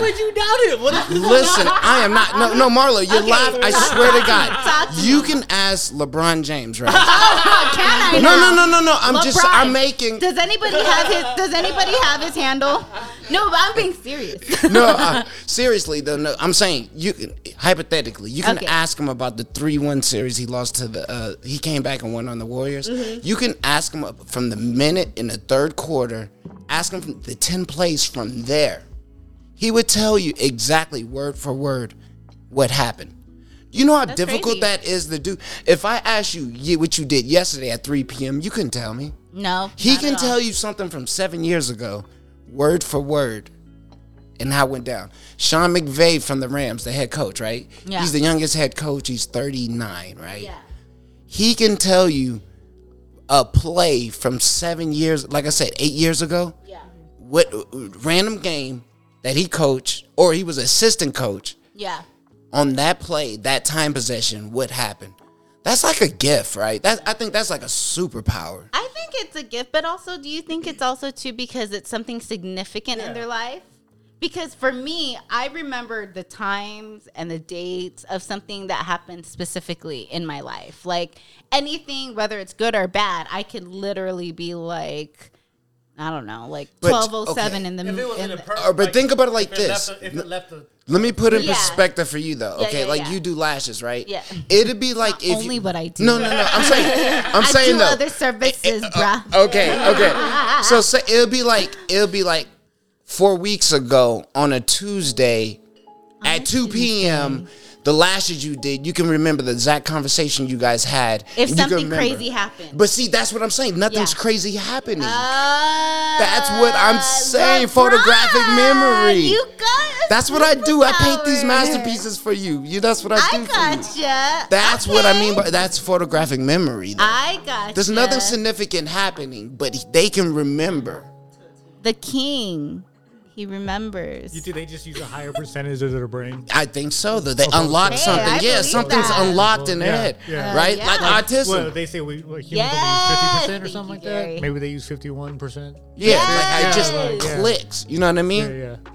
Speaker 3: Why would you doubt it? What if
Speaker 4: Listen, I am not. No, no, Marlo, you're live. I swear to
Speaker 1: Talk
Speaker 4: God,
Speaker 1: to
Speaker 4: you can ask LeBron
Speaker 3: (laughs)
Speaker 4: James, right?
Speaker 1: can I?
Speaker 4: no, no, no, no, no. I'm just.
Speaker 1: LeBron,
Speaker 4: I'm making.
Speaker 1: Does anybody have his? Does anybody have his handle? No, but I'm being serious.
Speaker 4: (laughs) No, uh, seriously though. No, I'm saying you can hypothetically. You can
Speaker 1: Okay.
Speaker 4: ask him about the three-one series he lost to the. Uh, he came back and won on the Warriors.
Speaker 1: Mm-hmm.
Speaker 4: You can ask him up from the minute in the third quarter. Ask him from the ten plays from there. He would tell you exactly word for word what happened. You know how
Speaker 1: crazy.
Speaker 4: difficult that is to do. If I asked you ye- what you did yesterday at 3 p.m., you couldn't tell me.
Speaker 1: (laughs) No,
Speaker 4: He can tell you something from seven years ago, word for word, and how it went down. Sean McVay from the Rams, the head coach, right?
Speaker 1: Yeah.
Speaker 4: He's the youngest head coach. He's 39, right?
Speaker 1: Yeah.
Speaker 4: He can tell you a play from seven years, like I said, eight years ago,
Speaker 1: Yeah.
Speaker 4: what random game that he coached or he was assistant coach
Speaker 1: Yeah.
Speaker 4: on that play, that time possession, what happened. That's like a gift, right? That I think that's like a superpower.
Speaker 1: I think it's a gift, but also, do you think it's also too because it's something significant in their life? Because for me, I remember the times and the dates of something that happened specifically in my life. Like anything, whether it's good or bad, I could literally be like, I don't know, like
Speaker 4: But,
Speaker 1: twelve oh seven
Speaker 4: okay.
Speaker 1: in the.
Speaker 3: If it was
Speaker 1: in
Speaker 3: in a
Speaker 1: the-
Speaker 3: per-
Speaker 4: Uh, but think about it like
Speaker 3: if
Speaker 4: this.
Speaker 3: It left a, if it left a,
Speaker 4: Let me put in
Speaker 1: Yeah.
Speaker 4: perspective for you though.
Speaker 1: Yeah,
Speaker 4: Okay,
Speaker 1: yeah,
Speaker 4: like
Speaker 1: yeah.
Speaker 4: you do lashes, right?
Speaker 1: Yeah.
Speaker 4: It'd be like if
Speaker 1: only
Speaker 4: you,
Speaker 1: what I do.
Speaker 4: No, no, no.
Speaker 1: (laughs)
Speaker 4: I'm saying I'm
Speaker 1: I
Speaker 4: saying Eh,
Speaker 1: do
Speaker 4: though.
Speaker 1: other services,
Speaker 4: uh,
Speaker 1: bruh.
Speaker 4: okay, okay. So say it'll be like it'll be like four weeks ago on a Tuesday at two p.m. the lashes you did, you can remember the exact conversation you guys had.
Speaker 1: If
Speaker 4: and you can
Speaker 1: something
Speaker 4: remember.
Speaker 1: crazy happened.
Speaker 4: But see, that's what I'm saying. Nothing's
Speaker 1: Yeah.
Speaker 4: crazy happening.
Speaker 1: Uh,
Speaker 4: That's what I'm saying, photographic memory.
Speaker 1: You got. a
Speaker 4: that's what I do. I paint
Speaker 1: (laughs)
Speaker 4: these
Speaker 1: superpower.
Speaker 4: masterpieces for you. You that's what I,
Speaker 1: I
Speaker 4: do for you.
Speaker 1: gotcha.
Speaker 4: That's what I mean
Speaker 1: Okay.
Speaker 4: by that's photographic memory. though.
Speaker 1: I gotcha.
Speaker 4: There's nothing significant happening, but he- they can remember.
Speaker 1: The king, he remembers.
Speaker 3: You think they just use a higher percentage of their brain?
Speaker 4: I think so. Though they unlock
Speaker 1: Hey, I
Speaker 4: something. Yeah,
Speaker 1: believe
Speaker 4: something's
Speaker 1: that.
Speaker 4: unlocked in their
Speaker 3: Yeah,
Speaker 4: head,
Speaker 3: yeah.
Speaker 4: right?
Speaker 1: Uh,
Speaker 4: Like
Speaker 1: yeah. Like,
Speaker 4: autism.
Speaker 3: Well, they say we what, humans
Speaker 1: Yes,
Speaker 3: only use 50% or
Speaker 1: thank
Speaker 3: something
Speaker 1: you,
Speaker 3: like
Speaker 1: Gary.
Speaker 3: that. Maybe they use 51%.
Speaker 4: yeah, like
Speaker 1: Yes.
Speaker 4: it just
Speaker 1: Yeah, like,
Speaker 3: yeah.
Speaker 4: clicks. You know what I mean?
Speaker 3: Yeah, yeah.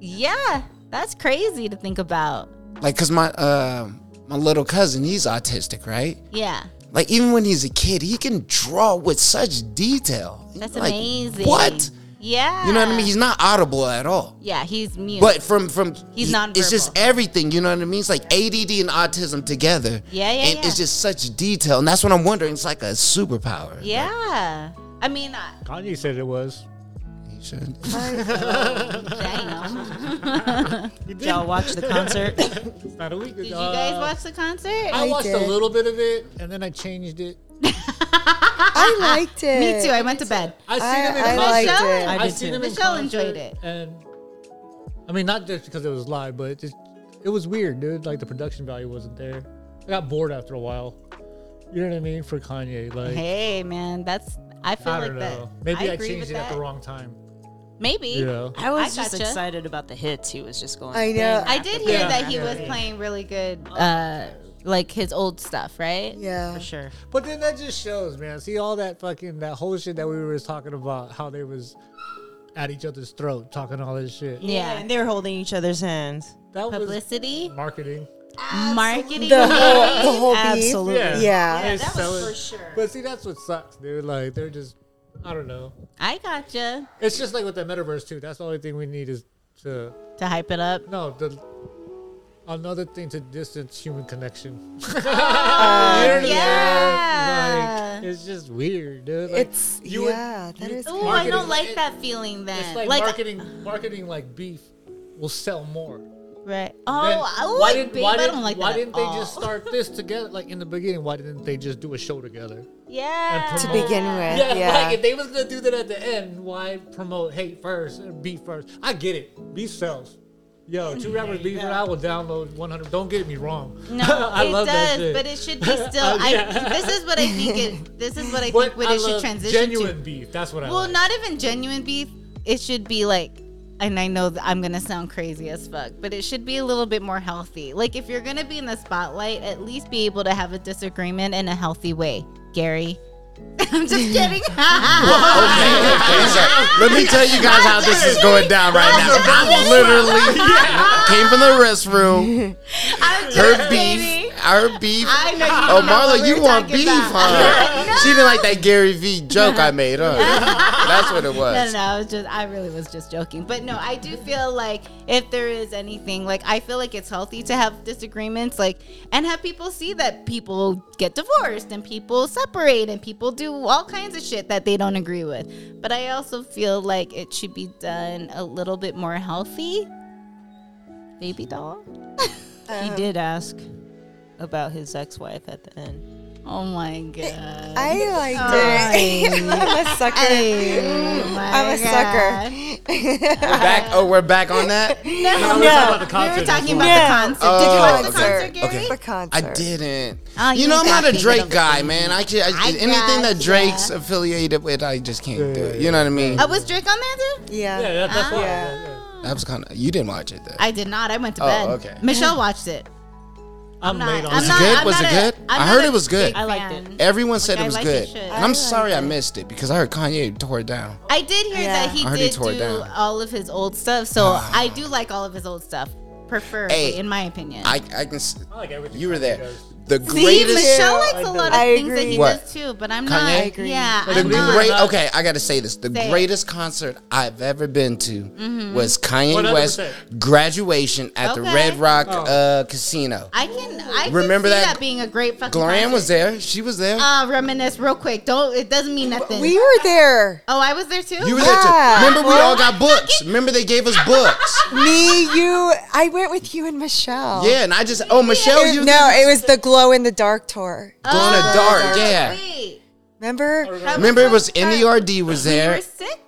Speaker 1: yeah, that's crazy to think about.
Speaker 4: Like, cause my uh, my little cousin, he's autistic, right?
Speaker 1: Yeah,
Speaker 4: Like even when he's a kid, he can draw with such detail.
Speaker 1: that's
Speaker 4: Like,
Speaker 1: amazing.
Speaker 4: What?
Speaker 1: Yeah.
Speaker 4: You know what I mean? He's not audible at all.
Speaker 1: yeah, he's mute.
Speaker 4: But from from
Speaker 1: He's
Speaker 4: he- It's
Speaker 1: nonverbal.
Speaker 4: just everything. You know what I mean? It's like ADD and autism together.
Speaker 1: Yeah, yeah,
Speaker 4: And
Speaker 1: yeah.
Speaker 4: it's just such detail, and that's what I'm wondering. It's like a superpower.
Speaker 1: yeah, I mean, I,
Speaker 3: Kanye said it was.
Speaker 4: He should.
Speaker 3: (laughs)
Speaker 4: (laughs)
Speaker 1: dang.
Speaker 3: You did.
Speaker 5: Did y'all watch the concert?
Speaker 3: It's not a week.
Speaker 1: Did you guys watch the concert?
Speaker 3: I,
Speaker 2: I
Speaker 3: watched a
Speaker 2: did.
Speaker 3: little bit of it, and then I changed it.
Speaker 1: (laughs)
Speaker 2: I liked it.
Speaker 1: Me too. I went to bed.
Speaker 3: I seen him
Speaker 2: I,
Speaker 3: in
Speaker 2: I
Speaker 3: concert.
Speaker 2: liked
Speaker 1: Michelle?
Speaker 2: it.
Speaker 5: I
Speaker 3: I
Speaker 5: did
Speaker 3: seen
Speaker 5: too.
Speaker 3: him in
Speaker 1: Michelle
Speaker 3: concert,
Speaker 1: enjoyed it.
Speaker 3: and I mean, not just because it was live, but it just it was weird, dude. Like the production value wasn't there. I got bored after a while. You know what I mean? For Kanye, like
Speaker 1: Hey, man, that's. I feel
Speaker 3: I
Speaker 1: like
Speaker 3: don't know.
Speaker 1: that.
Speaker 3: Maybe I,
Speaker 1: agree
Speaker 3: changed
Speaker 1: with
Speaker 3: it at
Speaker 1: that.
Speaker 3: the wrong time.
Speaker 1: Maybe.
Speaker 3: Yeah.
Speaker 5: (laughs) I was just
Speaker 1: gotcha.
Speaker 5: excited about the hits. He was just going.
Speaker 2: I know.
Speaker 1: I did hear
Speaker 3: Yeah.
Speaker 1: that he
Speaker 3: Yeah.
Speaker 1: was playing really good, uh, like his old stuff, right?
Speaker 2: Yeah.
Speaker 5: for sure.
Speaker 3: But then that just shows, man. See all that fucking that whole shit that we were just talking about, how they was at each otherher's throat, talking all this shit.
Speaker 1: Yeah.
Speaker 5: and they were holding each other's hands.
Speaker 3: That
Speaker 1: Publicity,
Speaker 3: was marketing.
Speaker 1: marketing.
Speaker 2: The whole, the whole beef.
Speaker 5: Absolutely.
Speaker 3: Yeah.
Speaker 2: Yeah.
Speaker 3: And
Speaker 5: that was
Speaker 3: selling-
Speaker 5: for sure.
Speaker 3: But see, that's what sucks, dude. Like they're just, I don't know.
Speaker 1: I gotcha.
Speaker 3: It's just like with the metaverse too. That's the only thing we need is to
Speaker 1: To hype it up.
Speaker 3: no the another thing to distance
Speaker 2: (laughs)
Speaker 3: human connection. (laughs)
Speaker 1: Oh, yeah.
Speaker 3: like, it's just weird, dude. Like,
Speaker 2: It's
Speaker 3: you would-
Speaker 2: yeah. That
Speaker 3: you-
Speaker 2: is.
Speaker 1: Ooh, I don't
Speaker 3: Marketing.
Speaker 1: like that uh, feeling. Then,
Speaker 3: It's like, marketing, marketing like beef will sell more.
Speaker 1: right?
Speaker 3: Then
Speaker 1: Oh, I- ooh,
Speaker 3: why didn't
Speaker 1: babe,
Speaker 3: why
Speaker 1: I
Speaker 3: didn't,
Speaker 1: don't like
Speaker 3: why
Speaker 1: that. at
Speaker 3: didn't they just
Speaker 1: all.
Speaker 3: start this together? Like in the beginning, why didn't they just do a show together?
Speaker 1: Yeah.
Speaker 3: and
Speaker 2: To
Speaker 3: promote- (laughs)
Speaker 2: begin with,
Speaker 3: Yeah,
Speaker 2: yeah.
Speaker 3: like if they was gonna do that at the end, why promote hate first and beef first? I get it. Beef sells. Yo,
Speaker 1: (laughs)
Speaker 3: two rappers beef, and I will download 100. Don't get me wrong.
Speaker 1: No,
Speaker 3: (laughs) I
Speaker 1: it
Speaker 3: love
Speaker 1: does,
Speaker 3: that shit.
Speaker 1: but it should
Speaker 3: (laughs)
Speaker 1: be still.
Speaker 3: Oh,
Speaker 1: I,
Speaker 3: yeah.
Speaker 1: this is what I think. It, this is what I
Speaker 3: But
Speaker 1: think. What
Speaker 3: I
Speaker 1: it should
Speaker 3: love
Speaker 1: transition
Speaker 3: genuine
Speaker 1: to.
Speaker 3: beef. That's what I
Speaker 1: Well,
Speaker 3: like.
Speaker 1: not even genuine beef. It should be like, and I know that I'm gonna sound crazy as fuck, but it should be a little bit more healthy. Like if you're gonna be in the spotlight, at least be able to have a disagreement in a healthy way, Gary. (laughs) I'm just
Speaker 4: (laughs)
Speaker 1: kidding. (laughs)
Speaker 4: Okay, so let me tell you guys how this is going down right now. I literally
Speaker 1: (laughs)
Speaker 4: came from the restroom.
Speaker 1: I'm just
Speaker 4: Her
Speaker 1: kidding.
Speaker 4: beef. Her beef.
Speaker 1: I know you
Speaker 4: Oh,
Speaker 1: know what
Speaker 4: Marla,
Speaker 1: we're
Speaker 4: you want
Speaker 1: talking
Speaker 4: beef,
Speaker 1: about. (laughs)
Speaker 4: huh? She didn't like that Gary V joke I made, huh? That's what it
Speaker 1: No, no,
Speaker 4: was.
Speaker 1: no. I was just, I really was just joking. But no, I do feel like if there is anything, like I feel like it's healthy to have disagreements, like, and have people see that people get divorced and people separate and people do all kinds of shit that they don't agree with. But I also feel like it should be done a little bit more healthy. Baby doll.
Speaker 2: (laughs)
Speaker 5: He
Speaker 2: Uh-huh.
Speaker 5: did ask about his ex-wife at the end.
Speaker 1: Oh my god.
Speaker 2: I liked
Speaker 1: Oh. (laughs)
Speaker 2: it. I'm a sucker. I'm a sucker.
Speaker 4: Back. Oh, we're back on that.
Speaker 1: No,
Speaker 3: We're talking about
Speaker 1: we
Speaker 3: the
Speaker 1: were
Speaker 3: concert.
Speaker 1: talking about
Speaker 2: Yeah. Oh,
Speaker 1: the concert. Did you watch the
Speaker 2: Concert.
Speaker 1: concert, Gary?
Speaker 4: Okay.
Speaker 2: the concert.
Speaker 4: I didn't.
Speaker 1: Oh,
Speaker 4: you
Speaker 1: you
Speaker 4: know, I'm
Speaker 1: got
Speaker 4: not a
Speaker 1: to get
Speaker 4: Drake
Speaker 1: over
Speaker 4: guy, man. I, can't, I,
Speaker 1: I
Speaker 4: anything that
Speaker 1: gotcha.
Speaker 4: Drake's affiliated with, I just can't do it. You know what I mean?
Speaker 1: Uh, was Drake on there too?
Speaker 2: Yeah.
Speaker 3: Yeah, that, that's why.
Speaker 2: Yeah.
Speaker 3: yeah, yeah.
Speaker 4: That was kind of. You didn't watch it though.
Speaker 1: I did not. I went to
Speaker 4: Oh,
Speaker 1: bed.
Speaker 4: okay.
Speaker 1: Michelle watched it.
Speaker 3: I'm,
Speaker 1: not-
Speaker 3: late on
Speaker 1: I'm
Speaker 3: that. (laughs)
Speaker 1: not-
Speaker 4: good?
Speaker 1: I'm
Speaker 4: was
Speaker 1: not
Speaker 4: it
Speaker 1: a-
Speaker 4: good?
Speaker 1: I'm
Speaker 4: I
Speaker 1: not
Speaker 4: heard
Speaker 1: a
Speaker 4: it was good.
Speaker 1: big
Speaker 5: I liked
Speaker 1: fan.
Speaker 5: it.
Speaker 4: Everyone said
Speaker 1: Like, I
Speaker 4: it was
Speaker 1: like
Speaker 4: good.
Speaker 1: it, shit.
Speaker 4: And
Speaker 2: I
Speaker 4: I'm
Speaker 2: like
Speaker 4: sorry I
Speaker 2: it.
Speaker 4: missed it because I heard Kanye tore it down.
Speaker 1: I did hear
Speaker 2: Yeah.
Speaker 1: that he
Speaker 4: I heard he
Speaker 1: did
Speaker 4: tore it
Speaker 1: do
Speaker 4: down.
Speaker 1: all of his old stuff, so I do like all of his old stuff, preferably,
Speaker 4: Hey,
Speaker 1: in my opinion.
Speaker 4: I I can. s-
Speaker 3: I like everything.
Speaker 4: You were
Speaker 3: Kanye
Speaker 4: there.
Speaker 3: does.
Speaker 4: the
Speaker 1: See,
Speaker 4: greatest.
Speaker 1: Michelle likes a lot of
Speaker 2: I
Speaker 1: things that he
Speaker 2: agree.
Speaker 4: What?
Speaker 1: does too, but I'm
Speaker 4: Kanye?
Speaker 1: not.
Speaker 4: I
Speaker 2: agree.
Speaker 1: Yeah,
Speaker 4: the
Speaker 1: I'm not.
Speaker 4: great, okay, I gotta say this.
Speaker 1: Say
Speaker 4: The
Speaker 1: it. Mm-hmm.
Speaker 4: greatest concert I've ever been to was Kanye West
Speaker 3: 100%.
Speaker 4: graduation at the
Speaker 1: Okay. Oh.
Speaker 4: Red Rock uh, Casino.
Speaker 1: I can. I remember
Speaker 4: Remember
Speaker 1: can see
Speaker 4: that-
Speaker 1: that, being a great fucking.
Speaker 4: Gloria
Speaker 1: concert.
Speaker 4: was there. She was there.
Speaker 1: Uh, reminisce real quick. Don't. It doesn't mean nothing.
Speaker 2: We were there.
Speaker 1: oh, I was there too.
Speaker 4: you were there
Speaker 2: yeah.
Speaker 4: too. Remember we all got books. Remember they gave us
Speaker 1: (laughs)
Speaker 4: books.
Speaker 2: Me, you. I went with you and Michelle.
Speaker 4: Yeah, and I just oh Michelle,
Speaker 2: It-
Speaker 4: you
Speaker 2: no, it was the glow in the dark tour.
Speaker 4: going to dark. Yeah.
Speaker 1: Oh, Wait.
Speaker 2: Remember?
Speaker 1: That
Speaker 4: Remember it was
Speaker 1: so fun.
Speaker 4: NERD was
Speaker 1: You
Speaker 4: there.
Speaker 1: were sick.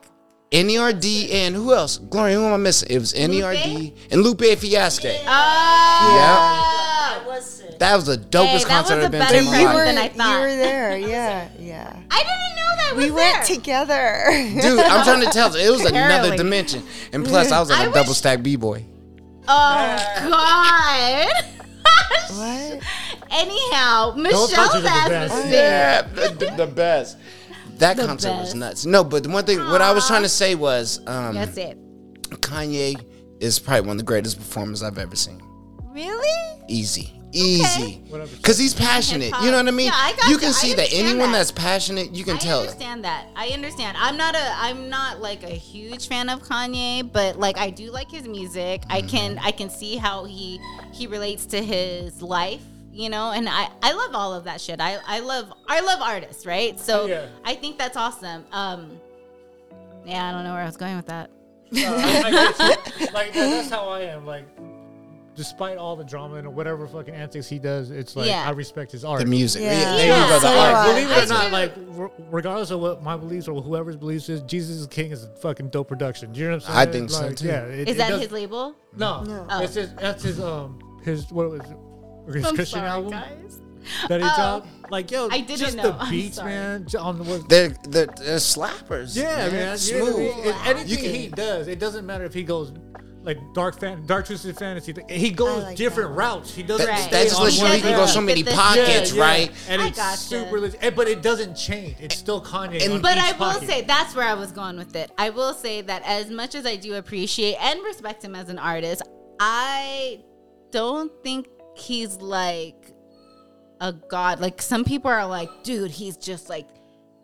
Speaker 4: NERD and who else? Gloria, who am I missing? It was NERD
Speaker 1: Lupe?
Speaker 4: and Lupe Fiasco.
Speaker 1: Oh.
Speaker 4: Yeah.
Speaker 1: I
Speaker 5: I was sick.
Speaker 4: That was the dopest
Speaker 1: Hey, that
Speaker 4: concert
Speaker 1: was a
Speaker 4: I've been
Speaker 1: better
Speaker 4: to in
Speaker 2: You
Speaker 4: my
Speaker 1: concert
Speaker 2: were,
Speaker 4: life.
Speaker 1: than I thought.
Speaker 2: you were there. Yeah, yeah.
Speaker 1: didn't know that. I
Speaker 2: We
Speaker 1: was
Speaker 2: went
Speaker 1: there.
Speaker 2: together.
Speaker 4: Dude, I'm trying to tell you, it was another
Speaker 1: Harrowing.
Speaker 4: dimension. And plus, I was like
Speaker 1: I
Speaker 4: a double
Speaker 1: wish-
Speaker 4: stack b boy.
Speaker 1: Oh
Speaker 3: (laughs)
Speaker 1: God.
Speaker 2: (laughs) What?
Speaker 1: Anyhow,
Speaker 3: touch it,
Speaker 1: Michelle's
Speaker 3: it's
Speaker 1: ass
Speaker 3: bad.
Speaker 1: was there.
Speaker 4: the, the best. That concert was
Speaker 1: best.
Speaker 4: nuts. No, but the one thing, what I was trying to say was, um,
Speaker 1: That's it.
Speaker 4: Kanye is probably one of the greatest performers I've ever seen.
Speaker 1: Really?
Speaker 4: Easy. Easy,
Speaker 3: Whatever.
Speaker 4: because he's passionate. You know what I mean.
Speaker 1: Yeah, I got
Speaker 4: you can
Speaker 1: you. I
Speaker 4: see that
Speaker 1: understand
Speaker 4: anyone
Speaker 1: that.
Speaker 4: that's passionate, you can
Speaker 1: I
Speaker 4: tell.
Speaker 1: understand that. I understand. I'm not a I'm not like a huge fan of Kanye, but like I do like his music. I
Speaker 3: Mm-hmm.
Speaker 1: can I can see how he he relates to his life, you know, and I I love all of that shit. I I love I love artists, right? So
Speaker 3: Yeah.
Speaker 1: I think that's awesome. Um yeah, I don't know where I was going with that. (laughs)
Speaker 3: like that's how I am. Like, despite all the drama and whatever fucking antics he does, it's like
Speaker 1: Yeah.
Speaker 3: I respect his art.
Speaker 4: The music,
Speaker 2: Yeah.
Speaker 4: Yeah, there you go, the
Speaker 2: So,
Speaker 4: art.
Speaker 2: uh,
Speaker 3: Like, believe it or
Speaker 1: That's
Speaker 3: not,
Speaker 1: true.
Speaker 3: like re- regardless of what my beliefs or whoever's beliefs is, Jesus is King is a fucking dope production. Do you know what I'm
Speaker 4: I
Speaker 3: saying?
Speaker 4: think so,
Speaker 3: Like,
Speaker 4: too.
Speaker 3: Yeah, it-
Speaker 1: Is
Speaker 3: it
Speaker 1: that
Speaker 3: does-
Speaker 1: his label?
Speaker 3: No,
Speaker 1: Oh.
Speaker 3: it's his. That's his. Um, his what was it? His Christian album
Speaker 1: guys.
Speaker 3: that he
Speaker 1: Oh.
Speaker 3: dropped. Like yo,
Speaker 1: I didn't
Speaker 3: just
Speaker 1: know.
Speaker 3: the
Speaker 1: I'm
Speaker 3: beats,
Speaker 1: sorry.
Speaker 3: man. j- On the what,
Speaker 4: They're, they're, they're slappers.
Speaker 3: yeah, man, you know what I
Speaker 4: smooth.
Speaker 3: mean? If Anything
Speaker 4: You can-
Speaker 3: he does, it doesn't matter if he goes like dark fan, dark twisted fantasy. th- He goes
Speaker 2: like
Speaker 3: different routes. He doesn't.
Speaker 4: That,
Speaker 1: Right.
Speaker 4: That just
Speaker 1: on
Speaker 4: lets you know
Speaker 1: one
Speaker 4: he can go
Speaker 1: track.
Speaker 4: so many
Speaker 1: Fit this-
Speaker 4: pockets, right?
Speaker 3: And
Speaker 1: I
Speaker 3: it's
Speaker 1: gotcha.
Speaker 3: super legit, and- but it doesn't change. It's still Kanye.
Speaker 4: And-
Speaker 3: on
Speaker 1: But
Speaker 3: each
Speaker 1: I will
Speaker 3: pocket.
Speaker 1: say that's where I was going with it. I will say that as much as I do appreciate and respect him as an artist, I don't think he's like a god. Like some people are like, dude, he's just like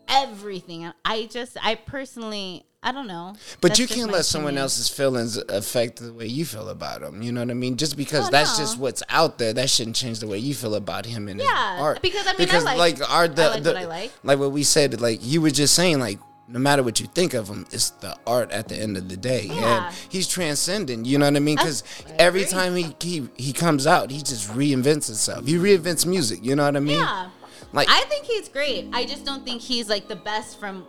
Speaker 1: everything. And I just, I personally, I don't know.
Speaker 4: But
Speaker 1: That's
Speaker 4: you
Speaker 1: just
Speaker 4: can't
Speaker 1: my
Speaker 4: let someone
Speaker 1: opinion.
Speaker 4: else's feelings affect the way you feel about him. You know what I mean? Just because
Speaker 1: Oh,
Speaker 4: that's
Speaker 1: no.
Speaker 4: just what's out there, that shouldn't change the way you feel about him and
Speaker 1: Yeah,
Speaker 4: his art.
Speaker 1: because, I mean, I
Speaker 4: because
Speaker 1: like-
Speaker 4: like art, the,
Speaker 1: I like
Speaker 4: the-
Speaker 1: what I like.
Speaker 4: what we said, like you were just saying, like no matter what you think of him, it's the art at the end of the day.
Speaker 1: Yeah.
Speaker 4: And he's transcending. You know what I mean? Because every time he, he he comes out, he just reinvents himself. He reinvents music. You know what I mean?
Speaker 1: Yeah.
Speaker 4: Like
Speaker 1: I think he's great. I just don't think he's like the best from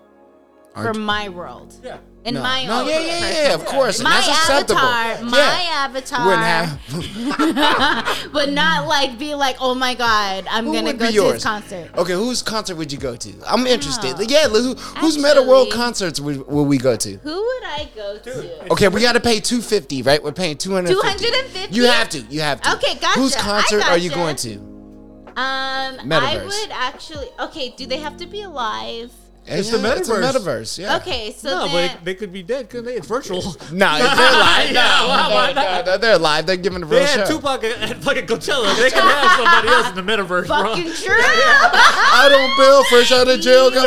Speaker 4: Art-
Speaker 1: from my world.
Speaker 3: Yeah.
Speaker 1: In
Speaker 4: no,
Speaker 1: my
Speaker 4: no,
Speaker 1: own
Speaker 4: yeah, yeah,
Speaker 1: personal
Speaker 4: yeah, of course, and
Speaker 1: my
Speaker 4: that's acceptable.
Speaker 1: avatar, my
Speaker 4: yeah.
Speaker 1: avatar
Speaker 4: Wouldn't have (laughs)
Speaker 1: would not like be like, oh my god, I'm
Speaker 4: Who
Speaker 1: gonna
Speaker 4: would
Speaker 1: go
Speaker 4: be
Speaker 1: to
Speaker 4: yours?
Speaker 1: his concert. Oh,
Speaker 4: Okay, whose concert would you go to? I'm interested. Yeah, who, whose Meta World
Speaker 1: Actually-
Speaker 4: concerts would, will we go to?
Speaker 1: Who would I go to?
Speaker 4: Okay, we got to pay 250, right? We're paying 250.
Speaker 1: 250?
Speaker 4: You have to. You have to.
Speaker 1: Okay, gotcha.
Speaker 4: Whose concert
Speaker 1: I
Speaker 4: are you
Speaker 1: gotcha.
Speaker 4: going to?
Speaker 1: Um, I
Speaker 4: Metaverse.
Speaker 1: would actually. Okay, do they have to be alive?
Speaker 4: It's
Speaker 3: the
Speaker 4: It's a
Speaker 3: metaverse.
Speaker 4: metaverse. Yeah.
Speaker 1: Okay, so
Speaker 3: No, but
Speaker 1: then,
Speaker 3: it- they could be dead, couldn't they? It's virtual.
Speaker 4: No, if they're live. no,
Speaker 3: Yeah, why- why
Speaker 4: no, no, no, they're live. They're giving a
Speaker 3: (laughs)
Speaker 4: real
Speaker 3: They had
Speaker 4: show.
Speaker 3: Tupac at at fucking Coachella. They could have somebody else in the metaverse, bro.
Speaker 1: fucking
Speaker 4: (laughs)
Speaker 1: true.
Speaker 4: I don't bill fresh out of jail. Come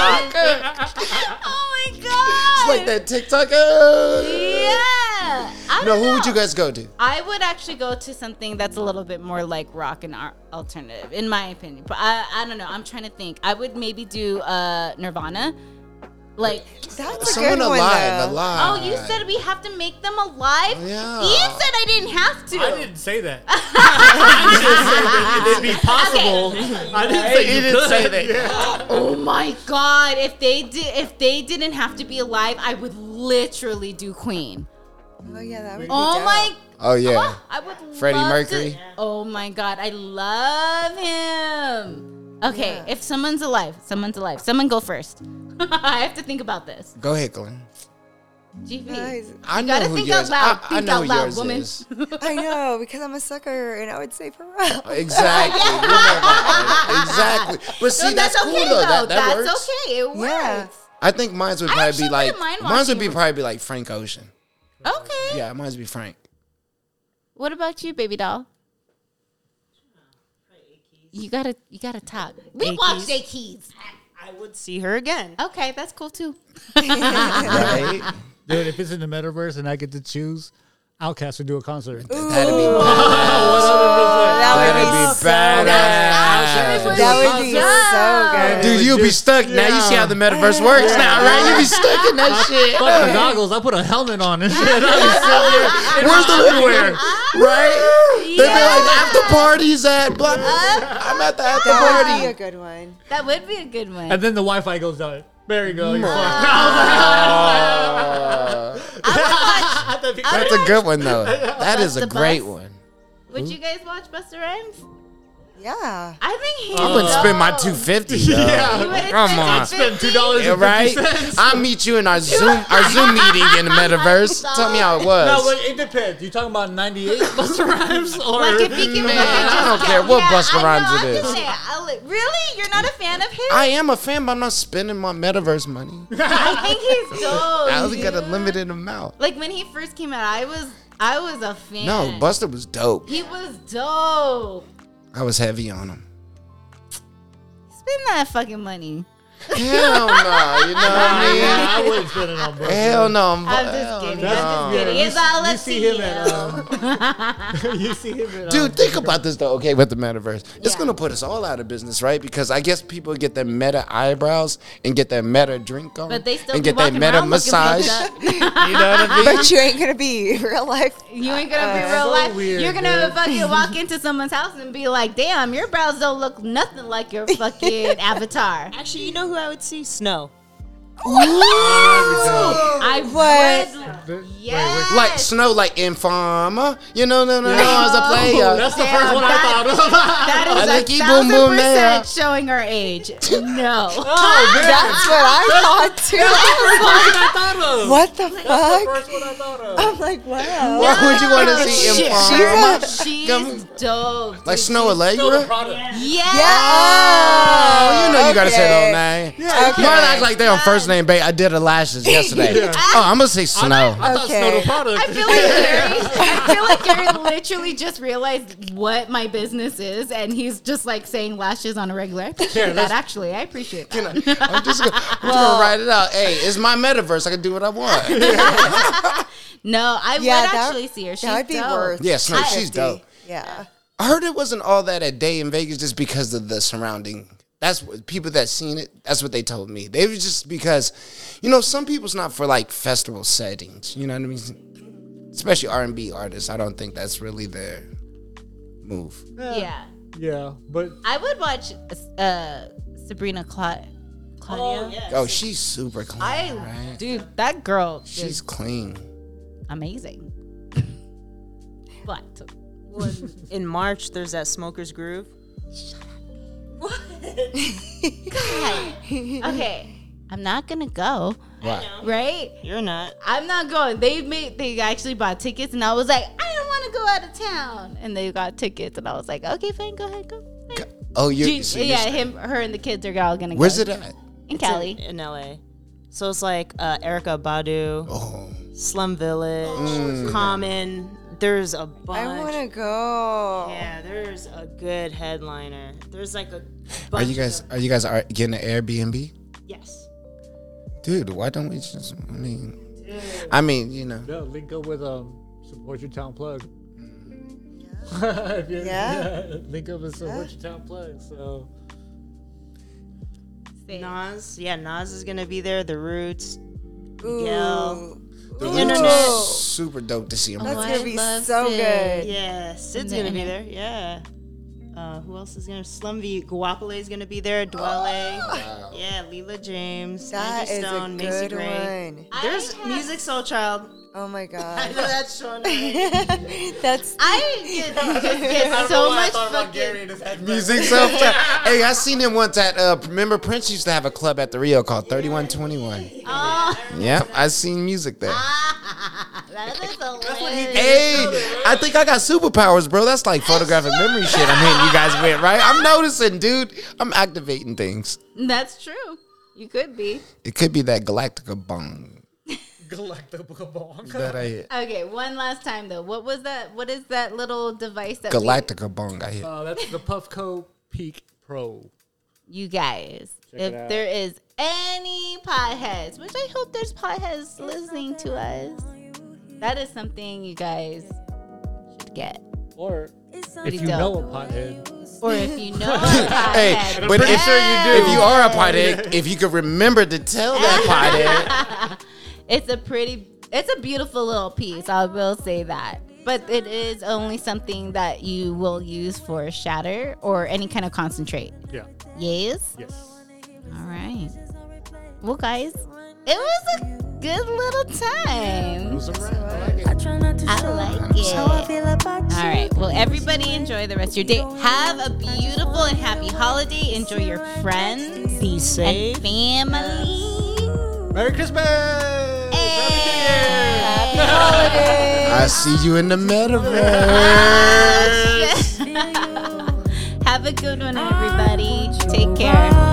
Speaker 4: on.
Speaker 1: (laughs) (laughs) oh my god!
Speaker 4: like that TikTok. uh,
Speaker 1: Yeah. I
Speaker 4: No,
Speaker 1: don't
Speaker 4: who would
Speaker 1: know.
Speaker 4: you guys go to?
Speaker 1: I would actually go to something that's a little bit more like rock and ar- alternative, in my opinion. But I, I don't know. I'm trying to think. I would maybe do uh, Nirvana. Like,
Speaker 2: That's a
Speaker 4: Someone
Speaker 2: good one,
Speaker 4: alive,
Speaker 2: though.
Speaker 4: alive.
Speaker 1: oh, you said we have to make them alive.
Speaker 4: Yeah.
Speaker 1: Ian said I didn't have to.
Speaker 3: I didn't
Speaker 1: (laughs)
Speaker 3: say that. I just said that it'd be possible. I didn't say
Speaker 4: He
Speaker 3: you
Speaker 4: didn't
Speaker 3: could.
Speaker 4: say that.
Speaker 1: Oh my god! If they did, if they didn't have to be alive, I would literally do Queen.
Speaker 2: Oh yeah, that would be
Speaker 1: Oh
Speaker 2: dope.
Speaker 1: my.
Speaker 4: Oh yeah.
Speaker 1: Oh, I would.
Speaker 4: Freddie
Speaker 1: love
Speaker 4: Mercury.
Speaker 1: to- oh my god, I love him. Okay, if someone's alive, someone's alive. Someone go first. (laughs) I have to think about this.
Speaker 4: Go ahead, Glenn.
Speaker 1: GP.
Speaker 2: Guys,
Speaker 4: I know
Speaker 1: gotta
Speaker 4: who
Speaker 1: think
Speaker 4: yours.
Speaker 1: out loud.
Speaker 4: I, I
Speaker 1: Think
Speaker 4: know
Speaker 1: out
Speaker 4: who
Speaker 1: loud,
Speaker 4: yours
Speaker 1: woman.
Speaker 4: is.
Speaker 2: I know because I'm a sucker, and I would say for
Speaker 4: Exactly. You know
Speaker 1: (laughs)
Speaker 4: that, right? exactly. But see,
Speaker 1: No,
Speaker 4: that's,
Speaker 1: that's,
Speaker 4: cool
Speaker 1: okay
Speaker 4: though.
Speaker 1: though.
Speaker 4: That, that
Speaker 1: that's
Speaker 4: works.
Speaker 1: okay. It works.
Speaker 2: Yeah.
Speaker 4: I think mine's would
Speaker 1: I
Speaker 4: probably
Speaker 1: actually
Speaker 4: be like
Speaker 1: wouldn't mind
Speaker 4: mine's would
Speaker 1: watching
Speaker 4: be
Speaker 1: it.
Speaker 4: probably be like Frank Ocean.
Speaker 1: Okay.
Speaker 4: Yeah, mine's would be Frank.
Speaker 1: What about you, baby doll? you gotta you gotta top. We
Speaker 5: They
Speaker 1: watched Day
Speaker 5: Keys.
Speaker 1: Keys.
Speaker 5: I would see her again.
Speaker 1: Okay, that's cool too.
Speaker 4: right?
Speaker 3: Dude, if it's in the metaverse and I get to choose, Outcast would do a concert.
Speaker 4: That'd be badass.
Speaker 2: That would be so
Speaker 4: That'd be badass.
Speaker 2: That would be so good.
Speaker 4: Dude, you'll be stuck now. You see how the metaverse works now, right? You'll be stuck
Speaker 1: (laughs)
Speaker 4: in that shit.
Speaker 3: Fuck the goggles. I put a helmet on and shit. I'll
Speaker 4: Where's the underwear? Right? They'd be like, after parties at
Speaker 1: Uh,
Speaker 4: blah. I'm at the after
Speaker 2: That would be
Speaker 4: party.
Speaker 2: a good one.
Speaker 1: That would be a good one.
Speaker 3: and then the Wi Fi goes down. There you go. You're fucked. (laughs)
Speaker 4: (laughs) That's a good one, though. That is a
Speaker 1: the
Speaker 4: great
Speaker 1: bus.
Speaker 4: one.
Speaker 1: would you guys watch Buster Rhymes?
Speaker 2: Yeah.
Speaker 1: I think he.
Speaker 4: I wouldn't spend my 250 though.
Speaker 1: wouldn't
Speaker 4: Come
Speaker 1: spend
Speaker 4: on.
Speaker 1: that shit.
Speaker 3: Spend $2
Speaker 4: Yeah,
Speaker 3: and
Speaker 4: right?
Speaker 3: 50 cents.
Speaker 4: I'll meet you in (laughs) our Zoom our Zoom meeting in the (laughs) metaverse. Tell me how it
Speaker 3: No,
Speaker 4: was.
Speaker 3: but it depends. You talking about 98 Buster Rhymes or
Speaker 1: Like if he can
Speaker 4: Man, I don't care what Busta Rhymes it is.
Speaker 1: really, you're not a fan of him?
Speaker 4: I am a fan, but I'm not spending my metaverse money.
Speaker 1: I think (laughs) he's dope.
Speaker 4: I only got a
Speaker 1: dude.
Speaker 4: limited amount.
Speaker 1: Like when he first came out, I was I was a fan.
Speaker 4: No, Buster was dope.
Speaker 1: he was dope.
Speaker 4: I was heavy on him.
Speaker 1: Spend that fucking money.
Speaker 4: (laughs) Hell no, you know what I
Speaker 3: I wouldn't spend it on
Speaker 4: mean?
Speaker 3: Buster.
Speaker 4: Hell no, I'm,
Speaker 1: I'm
Speaker 4: hell
Speaker 1: just kidding.
Speaker 4: no.
Speaker 1: I'm just kidding. It's all
Speaker 3: you
Speaker 1: up to you.
Speaker 3: see him at um, (laughs) you see him at um,
Speaker 4: Dude, think about this though. Okay, with the metaverse,
Speaker 1: Oh.
Speaker 4: it's
Speaker 1: Yeah.
Speaker 4: gonna put us all out of business, right? Because I guess people get their meta eyebrows and get their meta drink on,
Speaker 1: But they still
Speaker 4: and
Speaker 1: be
Speaker 4: get their
Speaker 1: walking
Speaker 4: meta
Speaker 1: around looking
Speaker 4: massage.
Speaker 1: fucked
Speaker 4: you know what
Speaker 3: um,
Speaker 4: I
Speaker 3: (laughs)
Speaker 4: mean?
Speaker 2: But you ain't gonna be real
Speaker 1: (laughs)
Speaker 2: life.
Speaker 1: You ain't gonna be
Speaker 2: Uh,
Speaker 1: real
Speaker 3: so
Speaker 1: life.
Speaker 3: weird,
Speaker 1: You're gonna
Speaker 3: dude.
Speaker 1: fucking walk into someone's house and be like, "Damn, your brows don't look nothing like
Speaker 4: (laughs)
Speaker 1: your fucking avatar."
Speaker 5: Actually, you know who I would see? Snow.
Speaker 1: I
Speaker 2: What?
Speaker 1: would.
Speaker 3: Wait, wait.
Speaker 1: Yes.
Speaker 4: Like snow, like informer. You know, no, no, no.
Speaker 1: Yeah.
Speaker 4: As a player,
Speaker 3: That's the
Speaker 1: Damn,
Speaker 3: first one I (laughs) thought of.
Speaker 1: That
Speaker 4: Like,
Speaker 1: is
Speaker 4: he
Speaker 1: a
Speaker 4: boom,
Speaker 1: thousand
Speaker 4: boom, man.
Speaker 1: percent showing her
Speaker 4: (laughs)
Speaker 1: age. No.
Speaker 3: oh, man.
Speaker 2: That's what I thought too.
Speaker 1: (laughs)
Speaker 3: I thought of.
Speaker 2: What the fuck?
Speaker 3: First one I thought of.
Speaker 2: I'm like, wow.
Speaker 4: Why would you want to
Speaker 2: Shit.
Speaker 4: see
Speaker 2: She's
Speaker 4: informer?
Speaker 2: a-
Speaker 1: Oh, She's
Speaker 4: Come-
Speaker 1: dope.
Speaker 4: Like Snow Allegra?
Speaker 3: product.
Speaker 1: Yeah.
Speaker 4: Oh,
Speaker 2: Yeah.
Speaker 4: you know you gotta say
Speaker 2: okay.
Speaker 4: those name. Yeah,
Speaker 2: Okay.
Speaker 4: Why act like they're on first name bait? I did her
Speaker 1: (laughs)
Speaker 4: lashes yesterday.
Speaker 3: Yeah.
Speaker 4: Oh, I'm gonna say Snow.
Speaker 3: I thought Snow
Speaker 2: Okay.
Speaker 3: the product.
Speaker 1: I feel like
Speaker 2: (laughs)
Speaker 1: Gary. I feel like Gary literally just realized what my business is, and he's just like saying lashes on a regular. I appreciate
Speaker 3: Yeah,
Speaker 1: that.
Speaker 3: that's-
Speaker 1: Actually, I appreciate that.
Speaker 4: I'm just gonna, I'm just gonna write it out. Hey, it's my metaverse. I can do what I
Speaker 1: (laughs)
Speaker 4: want.
Speaker 1: No, I
Speaker 2: Yeah,
Speaker 1: would
Speaker 2: that-
Speaker 1: actually see her. She's
Speaker 2: That would be
Speaker 1: dope.
Speaker 2: worth.
Speaker 4: Yeah, Snow, she's
Speaker 2: 50.
Speaker 4: dope.
Speaker 2: Yeah.
Speaker 4: I heard it wasn't all that a day in Vegas just because of the surrounding. That's what people that seen it. That's what they told me. They was just because, you know, some people's not for like festival settings. You know what I mean? Especially R and B artists. I don't think that's really their move.
Speaker 1: Yeah,
Speaker 3: (laughs) yeah, but
Speaker 1: I would watch uh, Sabrina Cla- Claudia.
Speaker 4: Oh, she's super clean.
Speaker 1: I
Speaker 4: right?
Speaker 1: dude, that girl is
Speaker 4: She's clean.
Speaker 1: amazing. But
Speaker 5: In March, there's that Smoker's Groove.
Speaker 1: (laughs) okay, I'm not gonna go.
Speaker 4: Wow.
Speaker 1: Right?
Speaker 5: You're not.
Speaker 1: I'm not going. They made they actually bought tickets and I was like, I don't want to go out of town. And they got tickets and I was like, okay, fine, go ahead, go.
Speaker 4: Oh, you're,
Speaker 1: She-
Speaker 4: so you're-
Speaker 1: yeah, him, her, and the kids are all gonna
Speaker 4: Where's
Speaker 1: go.
Speaker 4: it at?
Speaker 1: In Cali.
Speaker 5: in LA. So it's like uh, Erica Badu,
Speaker 4: Oh,
Speaker 5: Slum Village, Common. There's a bunch.
Speaker 2: I wanna go.
Speaker 5: yeah, there's a good headliner. There's like a.
Speaker 4: are
Speaker 5: Bunch
Speaker 4: you guys?
Speaker 5: Of,
Speaker 4: Are you guys are getting an Airbnb?
Speaker 5: yes.
Speaker 4: Dude, why don't we just? I mean, I mean, you know.
Speaker 3: no, link up with um, support your town plug. (laughs) If you-
Speaker 2: Yeah.
Speaker 3: link up with support your town plug. So
Speaker 5: Nas, yeah, Nas is gonna be there. The Roots,
Speaker 2: Ooh.
Speaker 5: Miguel.
Speaker 4: The
Speaker 5: Internet.
Speaker 4: Roots is super dope to see him.
Speaker 2: That's
Speaker 1: Oh,
Speaker 2: gonna
Speaker 1: I
Speaker 2: be
Speaker 1: love
Speaker 2: so
Speaker 1: it.
Speaker 2: good.
Speaker 5: Yeah, Sid's
Speaker 1: And
Speaker 5: gonna
Speaker 1: then-
Speaker 5: be there. Yeah. Uh, who else is gonna? Slumvy Guapole is gonna be there. Dwelle. Yeah, Leela James,
Speaker 2: That
Speaker 5: Angie
Speaker 2: is
Speaker 5: Stone,
Speaker 2: a
Speaker 5: Macy
Speaker 2: good
Speaker 5: Gray.
Speaker 2: one.
Speaker 5: There's Music Soul Child.
Speaker 2: (laughs)
Speaker 1: (laughs)
Speaker 2: Oh my
Speaker 5: I know
Speaker 2: god.
Speaker 5: that's (laughs) Sean. Mendes.
Speaker 2: That's
Speaker 1: I get, just get so much fucking.
Speaker 4: Music self. hey, I seen him once at. Uh, remember, Prince used to have a club at the Rio called Thirty One Twenty One.
Speaker 1: Oh,
Speaker 4: Yep, I seen music there.
Speaker 1: that is hilarious.
Speaker 4: Hey, I think I got superpowers, bro. That's like photographic memory shit. I'm hitting you guys with, right? I'm noticing, dude. I'm activating things.
Speaker 1: (laughs) That's true. You could be.
Speaker 4: It could be that Galactica bong
Speaker 3: Galactica (laughs) bong.
Speaker 4: that I hit.
Speaker 1: Okay, one last time though. What was that? What is that little device that? we-
Speaker 4: Galactica bong I hit.
Speaker 3: Uh, that's the Puffco Peak Pro.
Speaker 1: you guys,
Speaker 3: it out.
Speaker 1: if there is any potheads, which I hope there's potheads listening to us, that is something you guys should get.
Speaker 3: Or if you
Speaker 1: dope.
Speaker 3: know a pothead,
Speaker 1: Or if you know a pothead,
Speaker 4: (laughs) Hey, but
Speaker 3: pretty
Speaker 4: if,
Speaker 3: sure you do.
Speaker 4: if you are a pothead, if you could remember to tell that
Speaker 1: it's a pretty, it's a beautiful little piece. I will say that. But it is only something that you will use for shatter or any kind of concentrate.
Speaker 3: yeah,
Speaker 1: Yes.
Speaker 3: yes.
Speaker 1: All right. Well, guys, it was a good little time.
Speaker 6: I try not to
Speaker 1: I
Speaker 6: show
Speaker 1: like
Speaker 6: how I
Speaker 1: it.
Speaker 6: feel about you.
Speaker 1: All right. Well, everybody enjoy the rest of your day. Have a beautiful and happy holiday. Enjoy your friends
Speaker 5: Be
Speaker 1: and
Speaker 5: safe.
Speaker 1: family.
Speaker 3: Merry Christmas!
Speaker 1: Happy
Speaker 4: pothead. I see you in the metaverse.
Speaker 1: (laughs) holidays. Have a good one, everybody. Take care.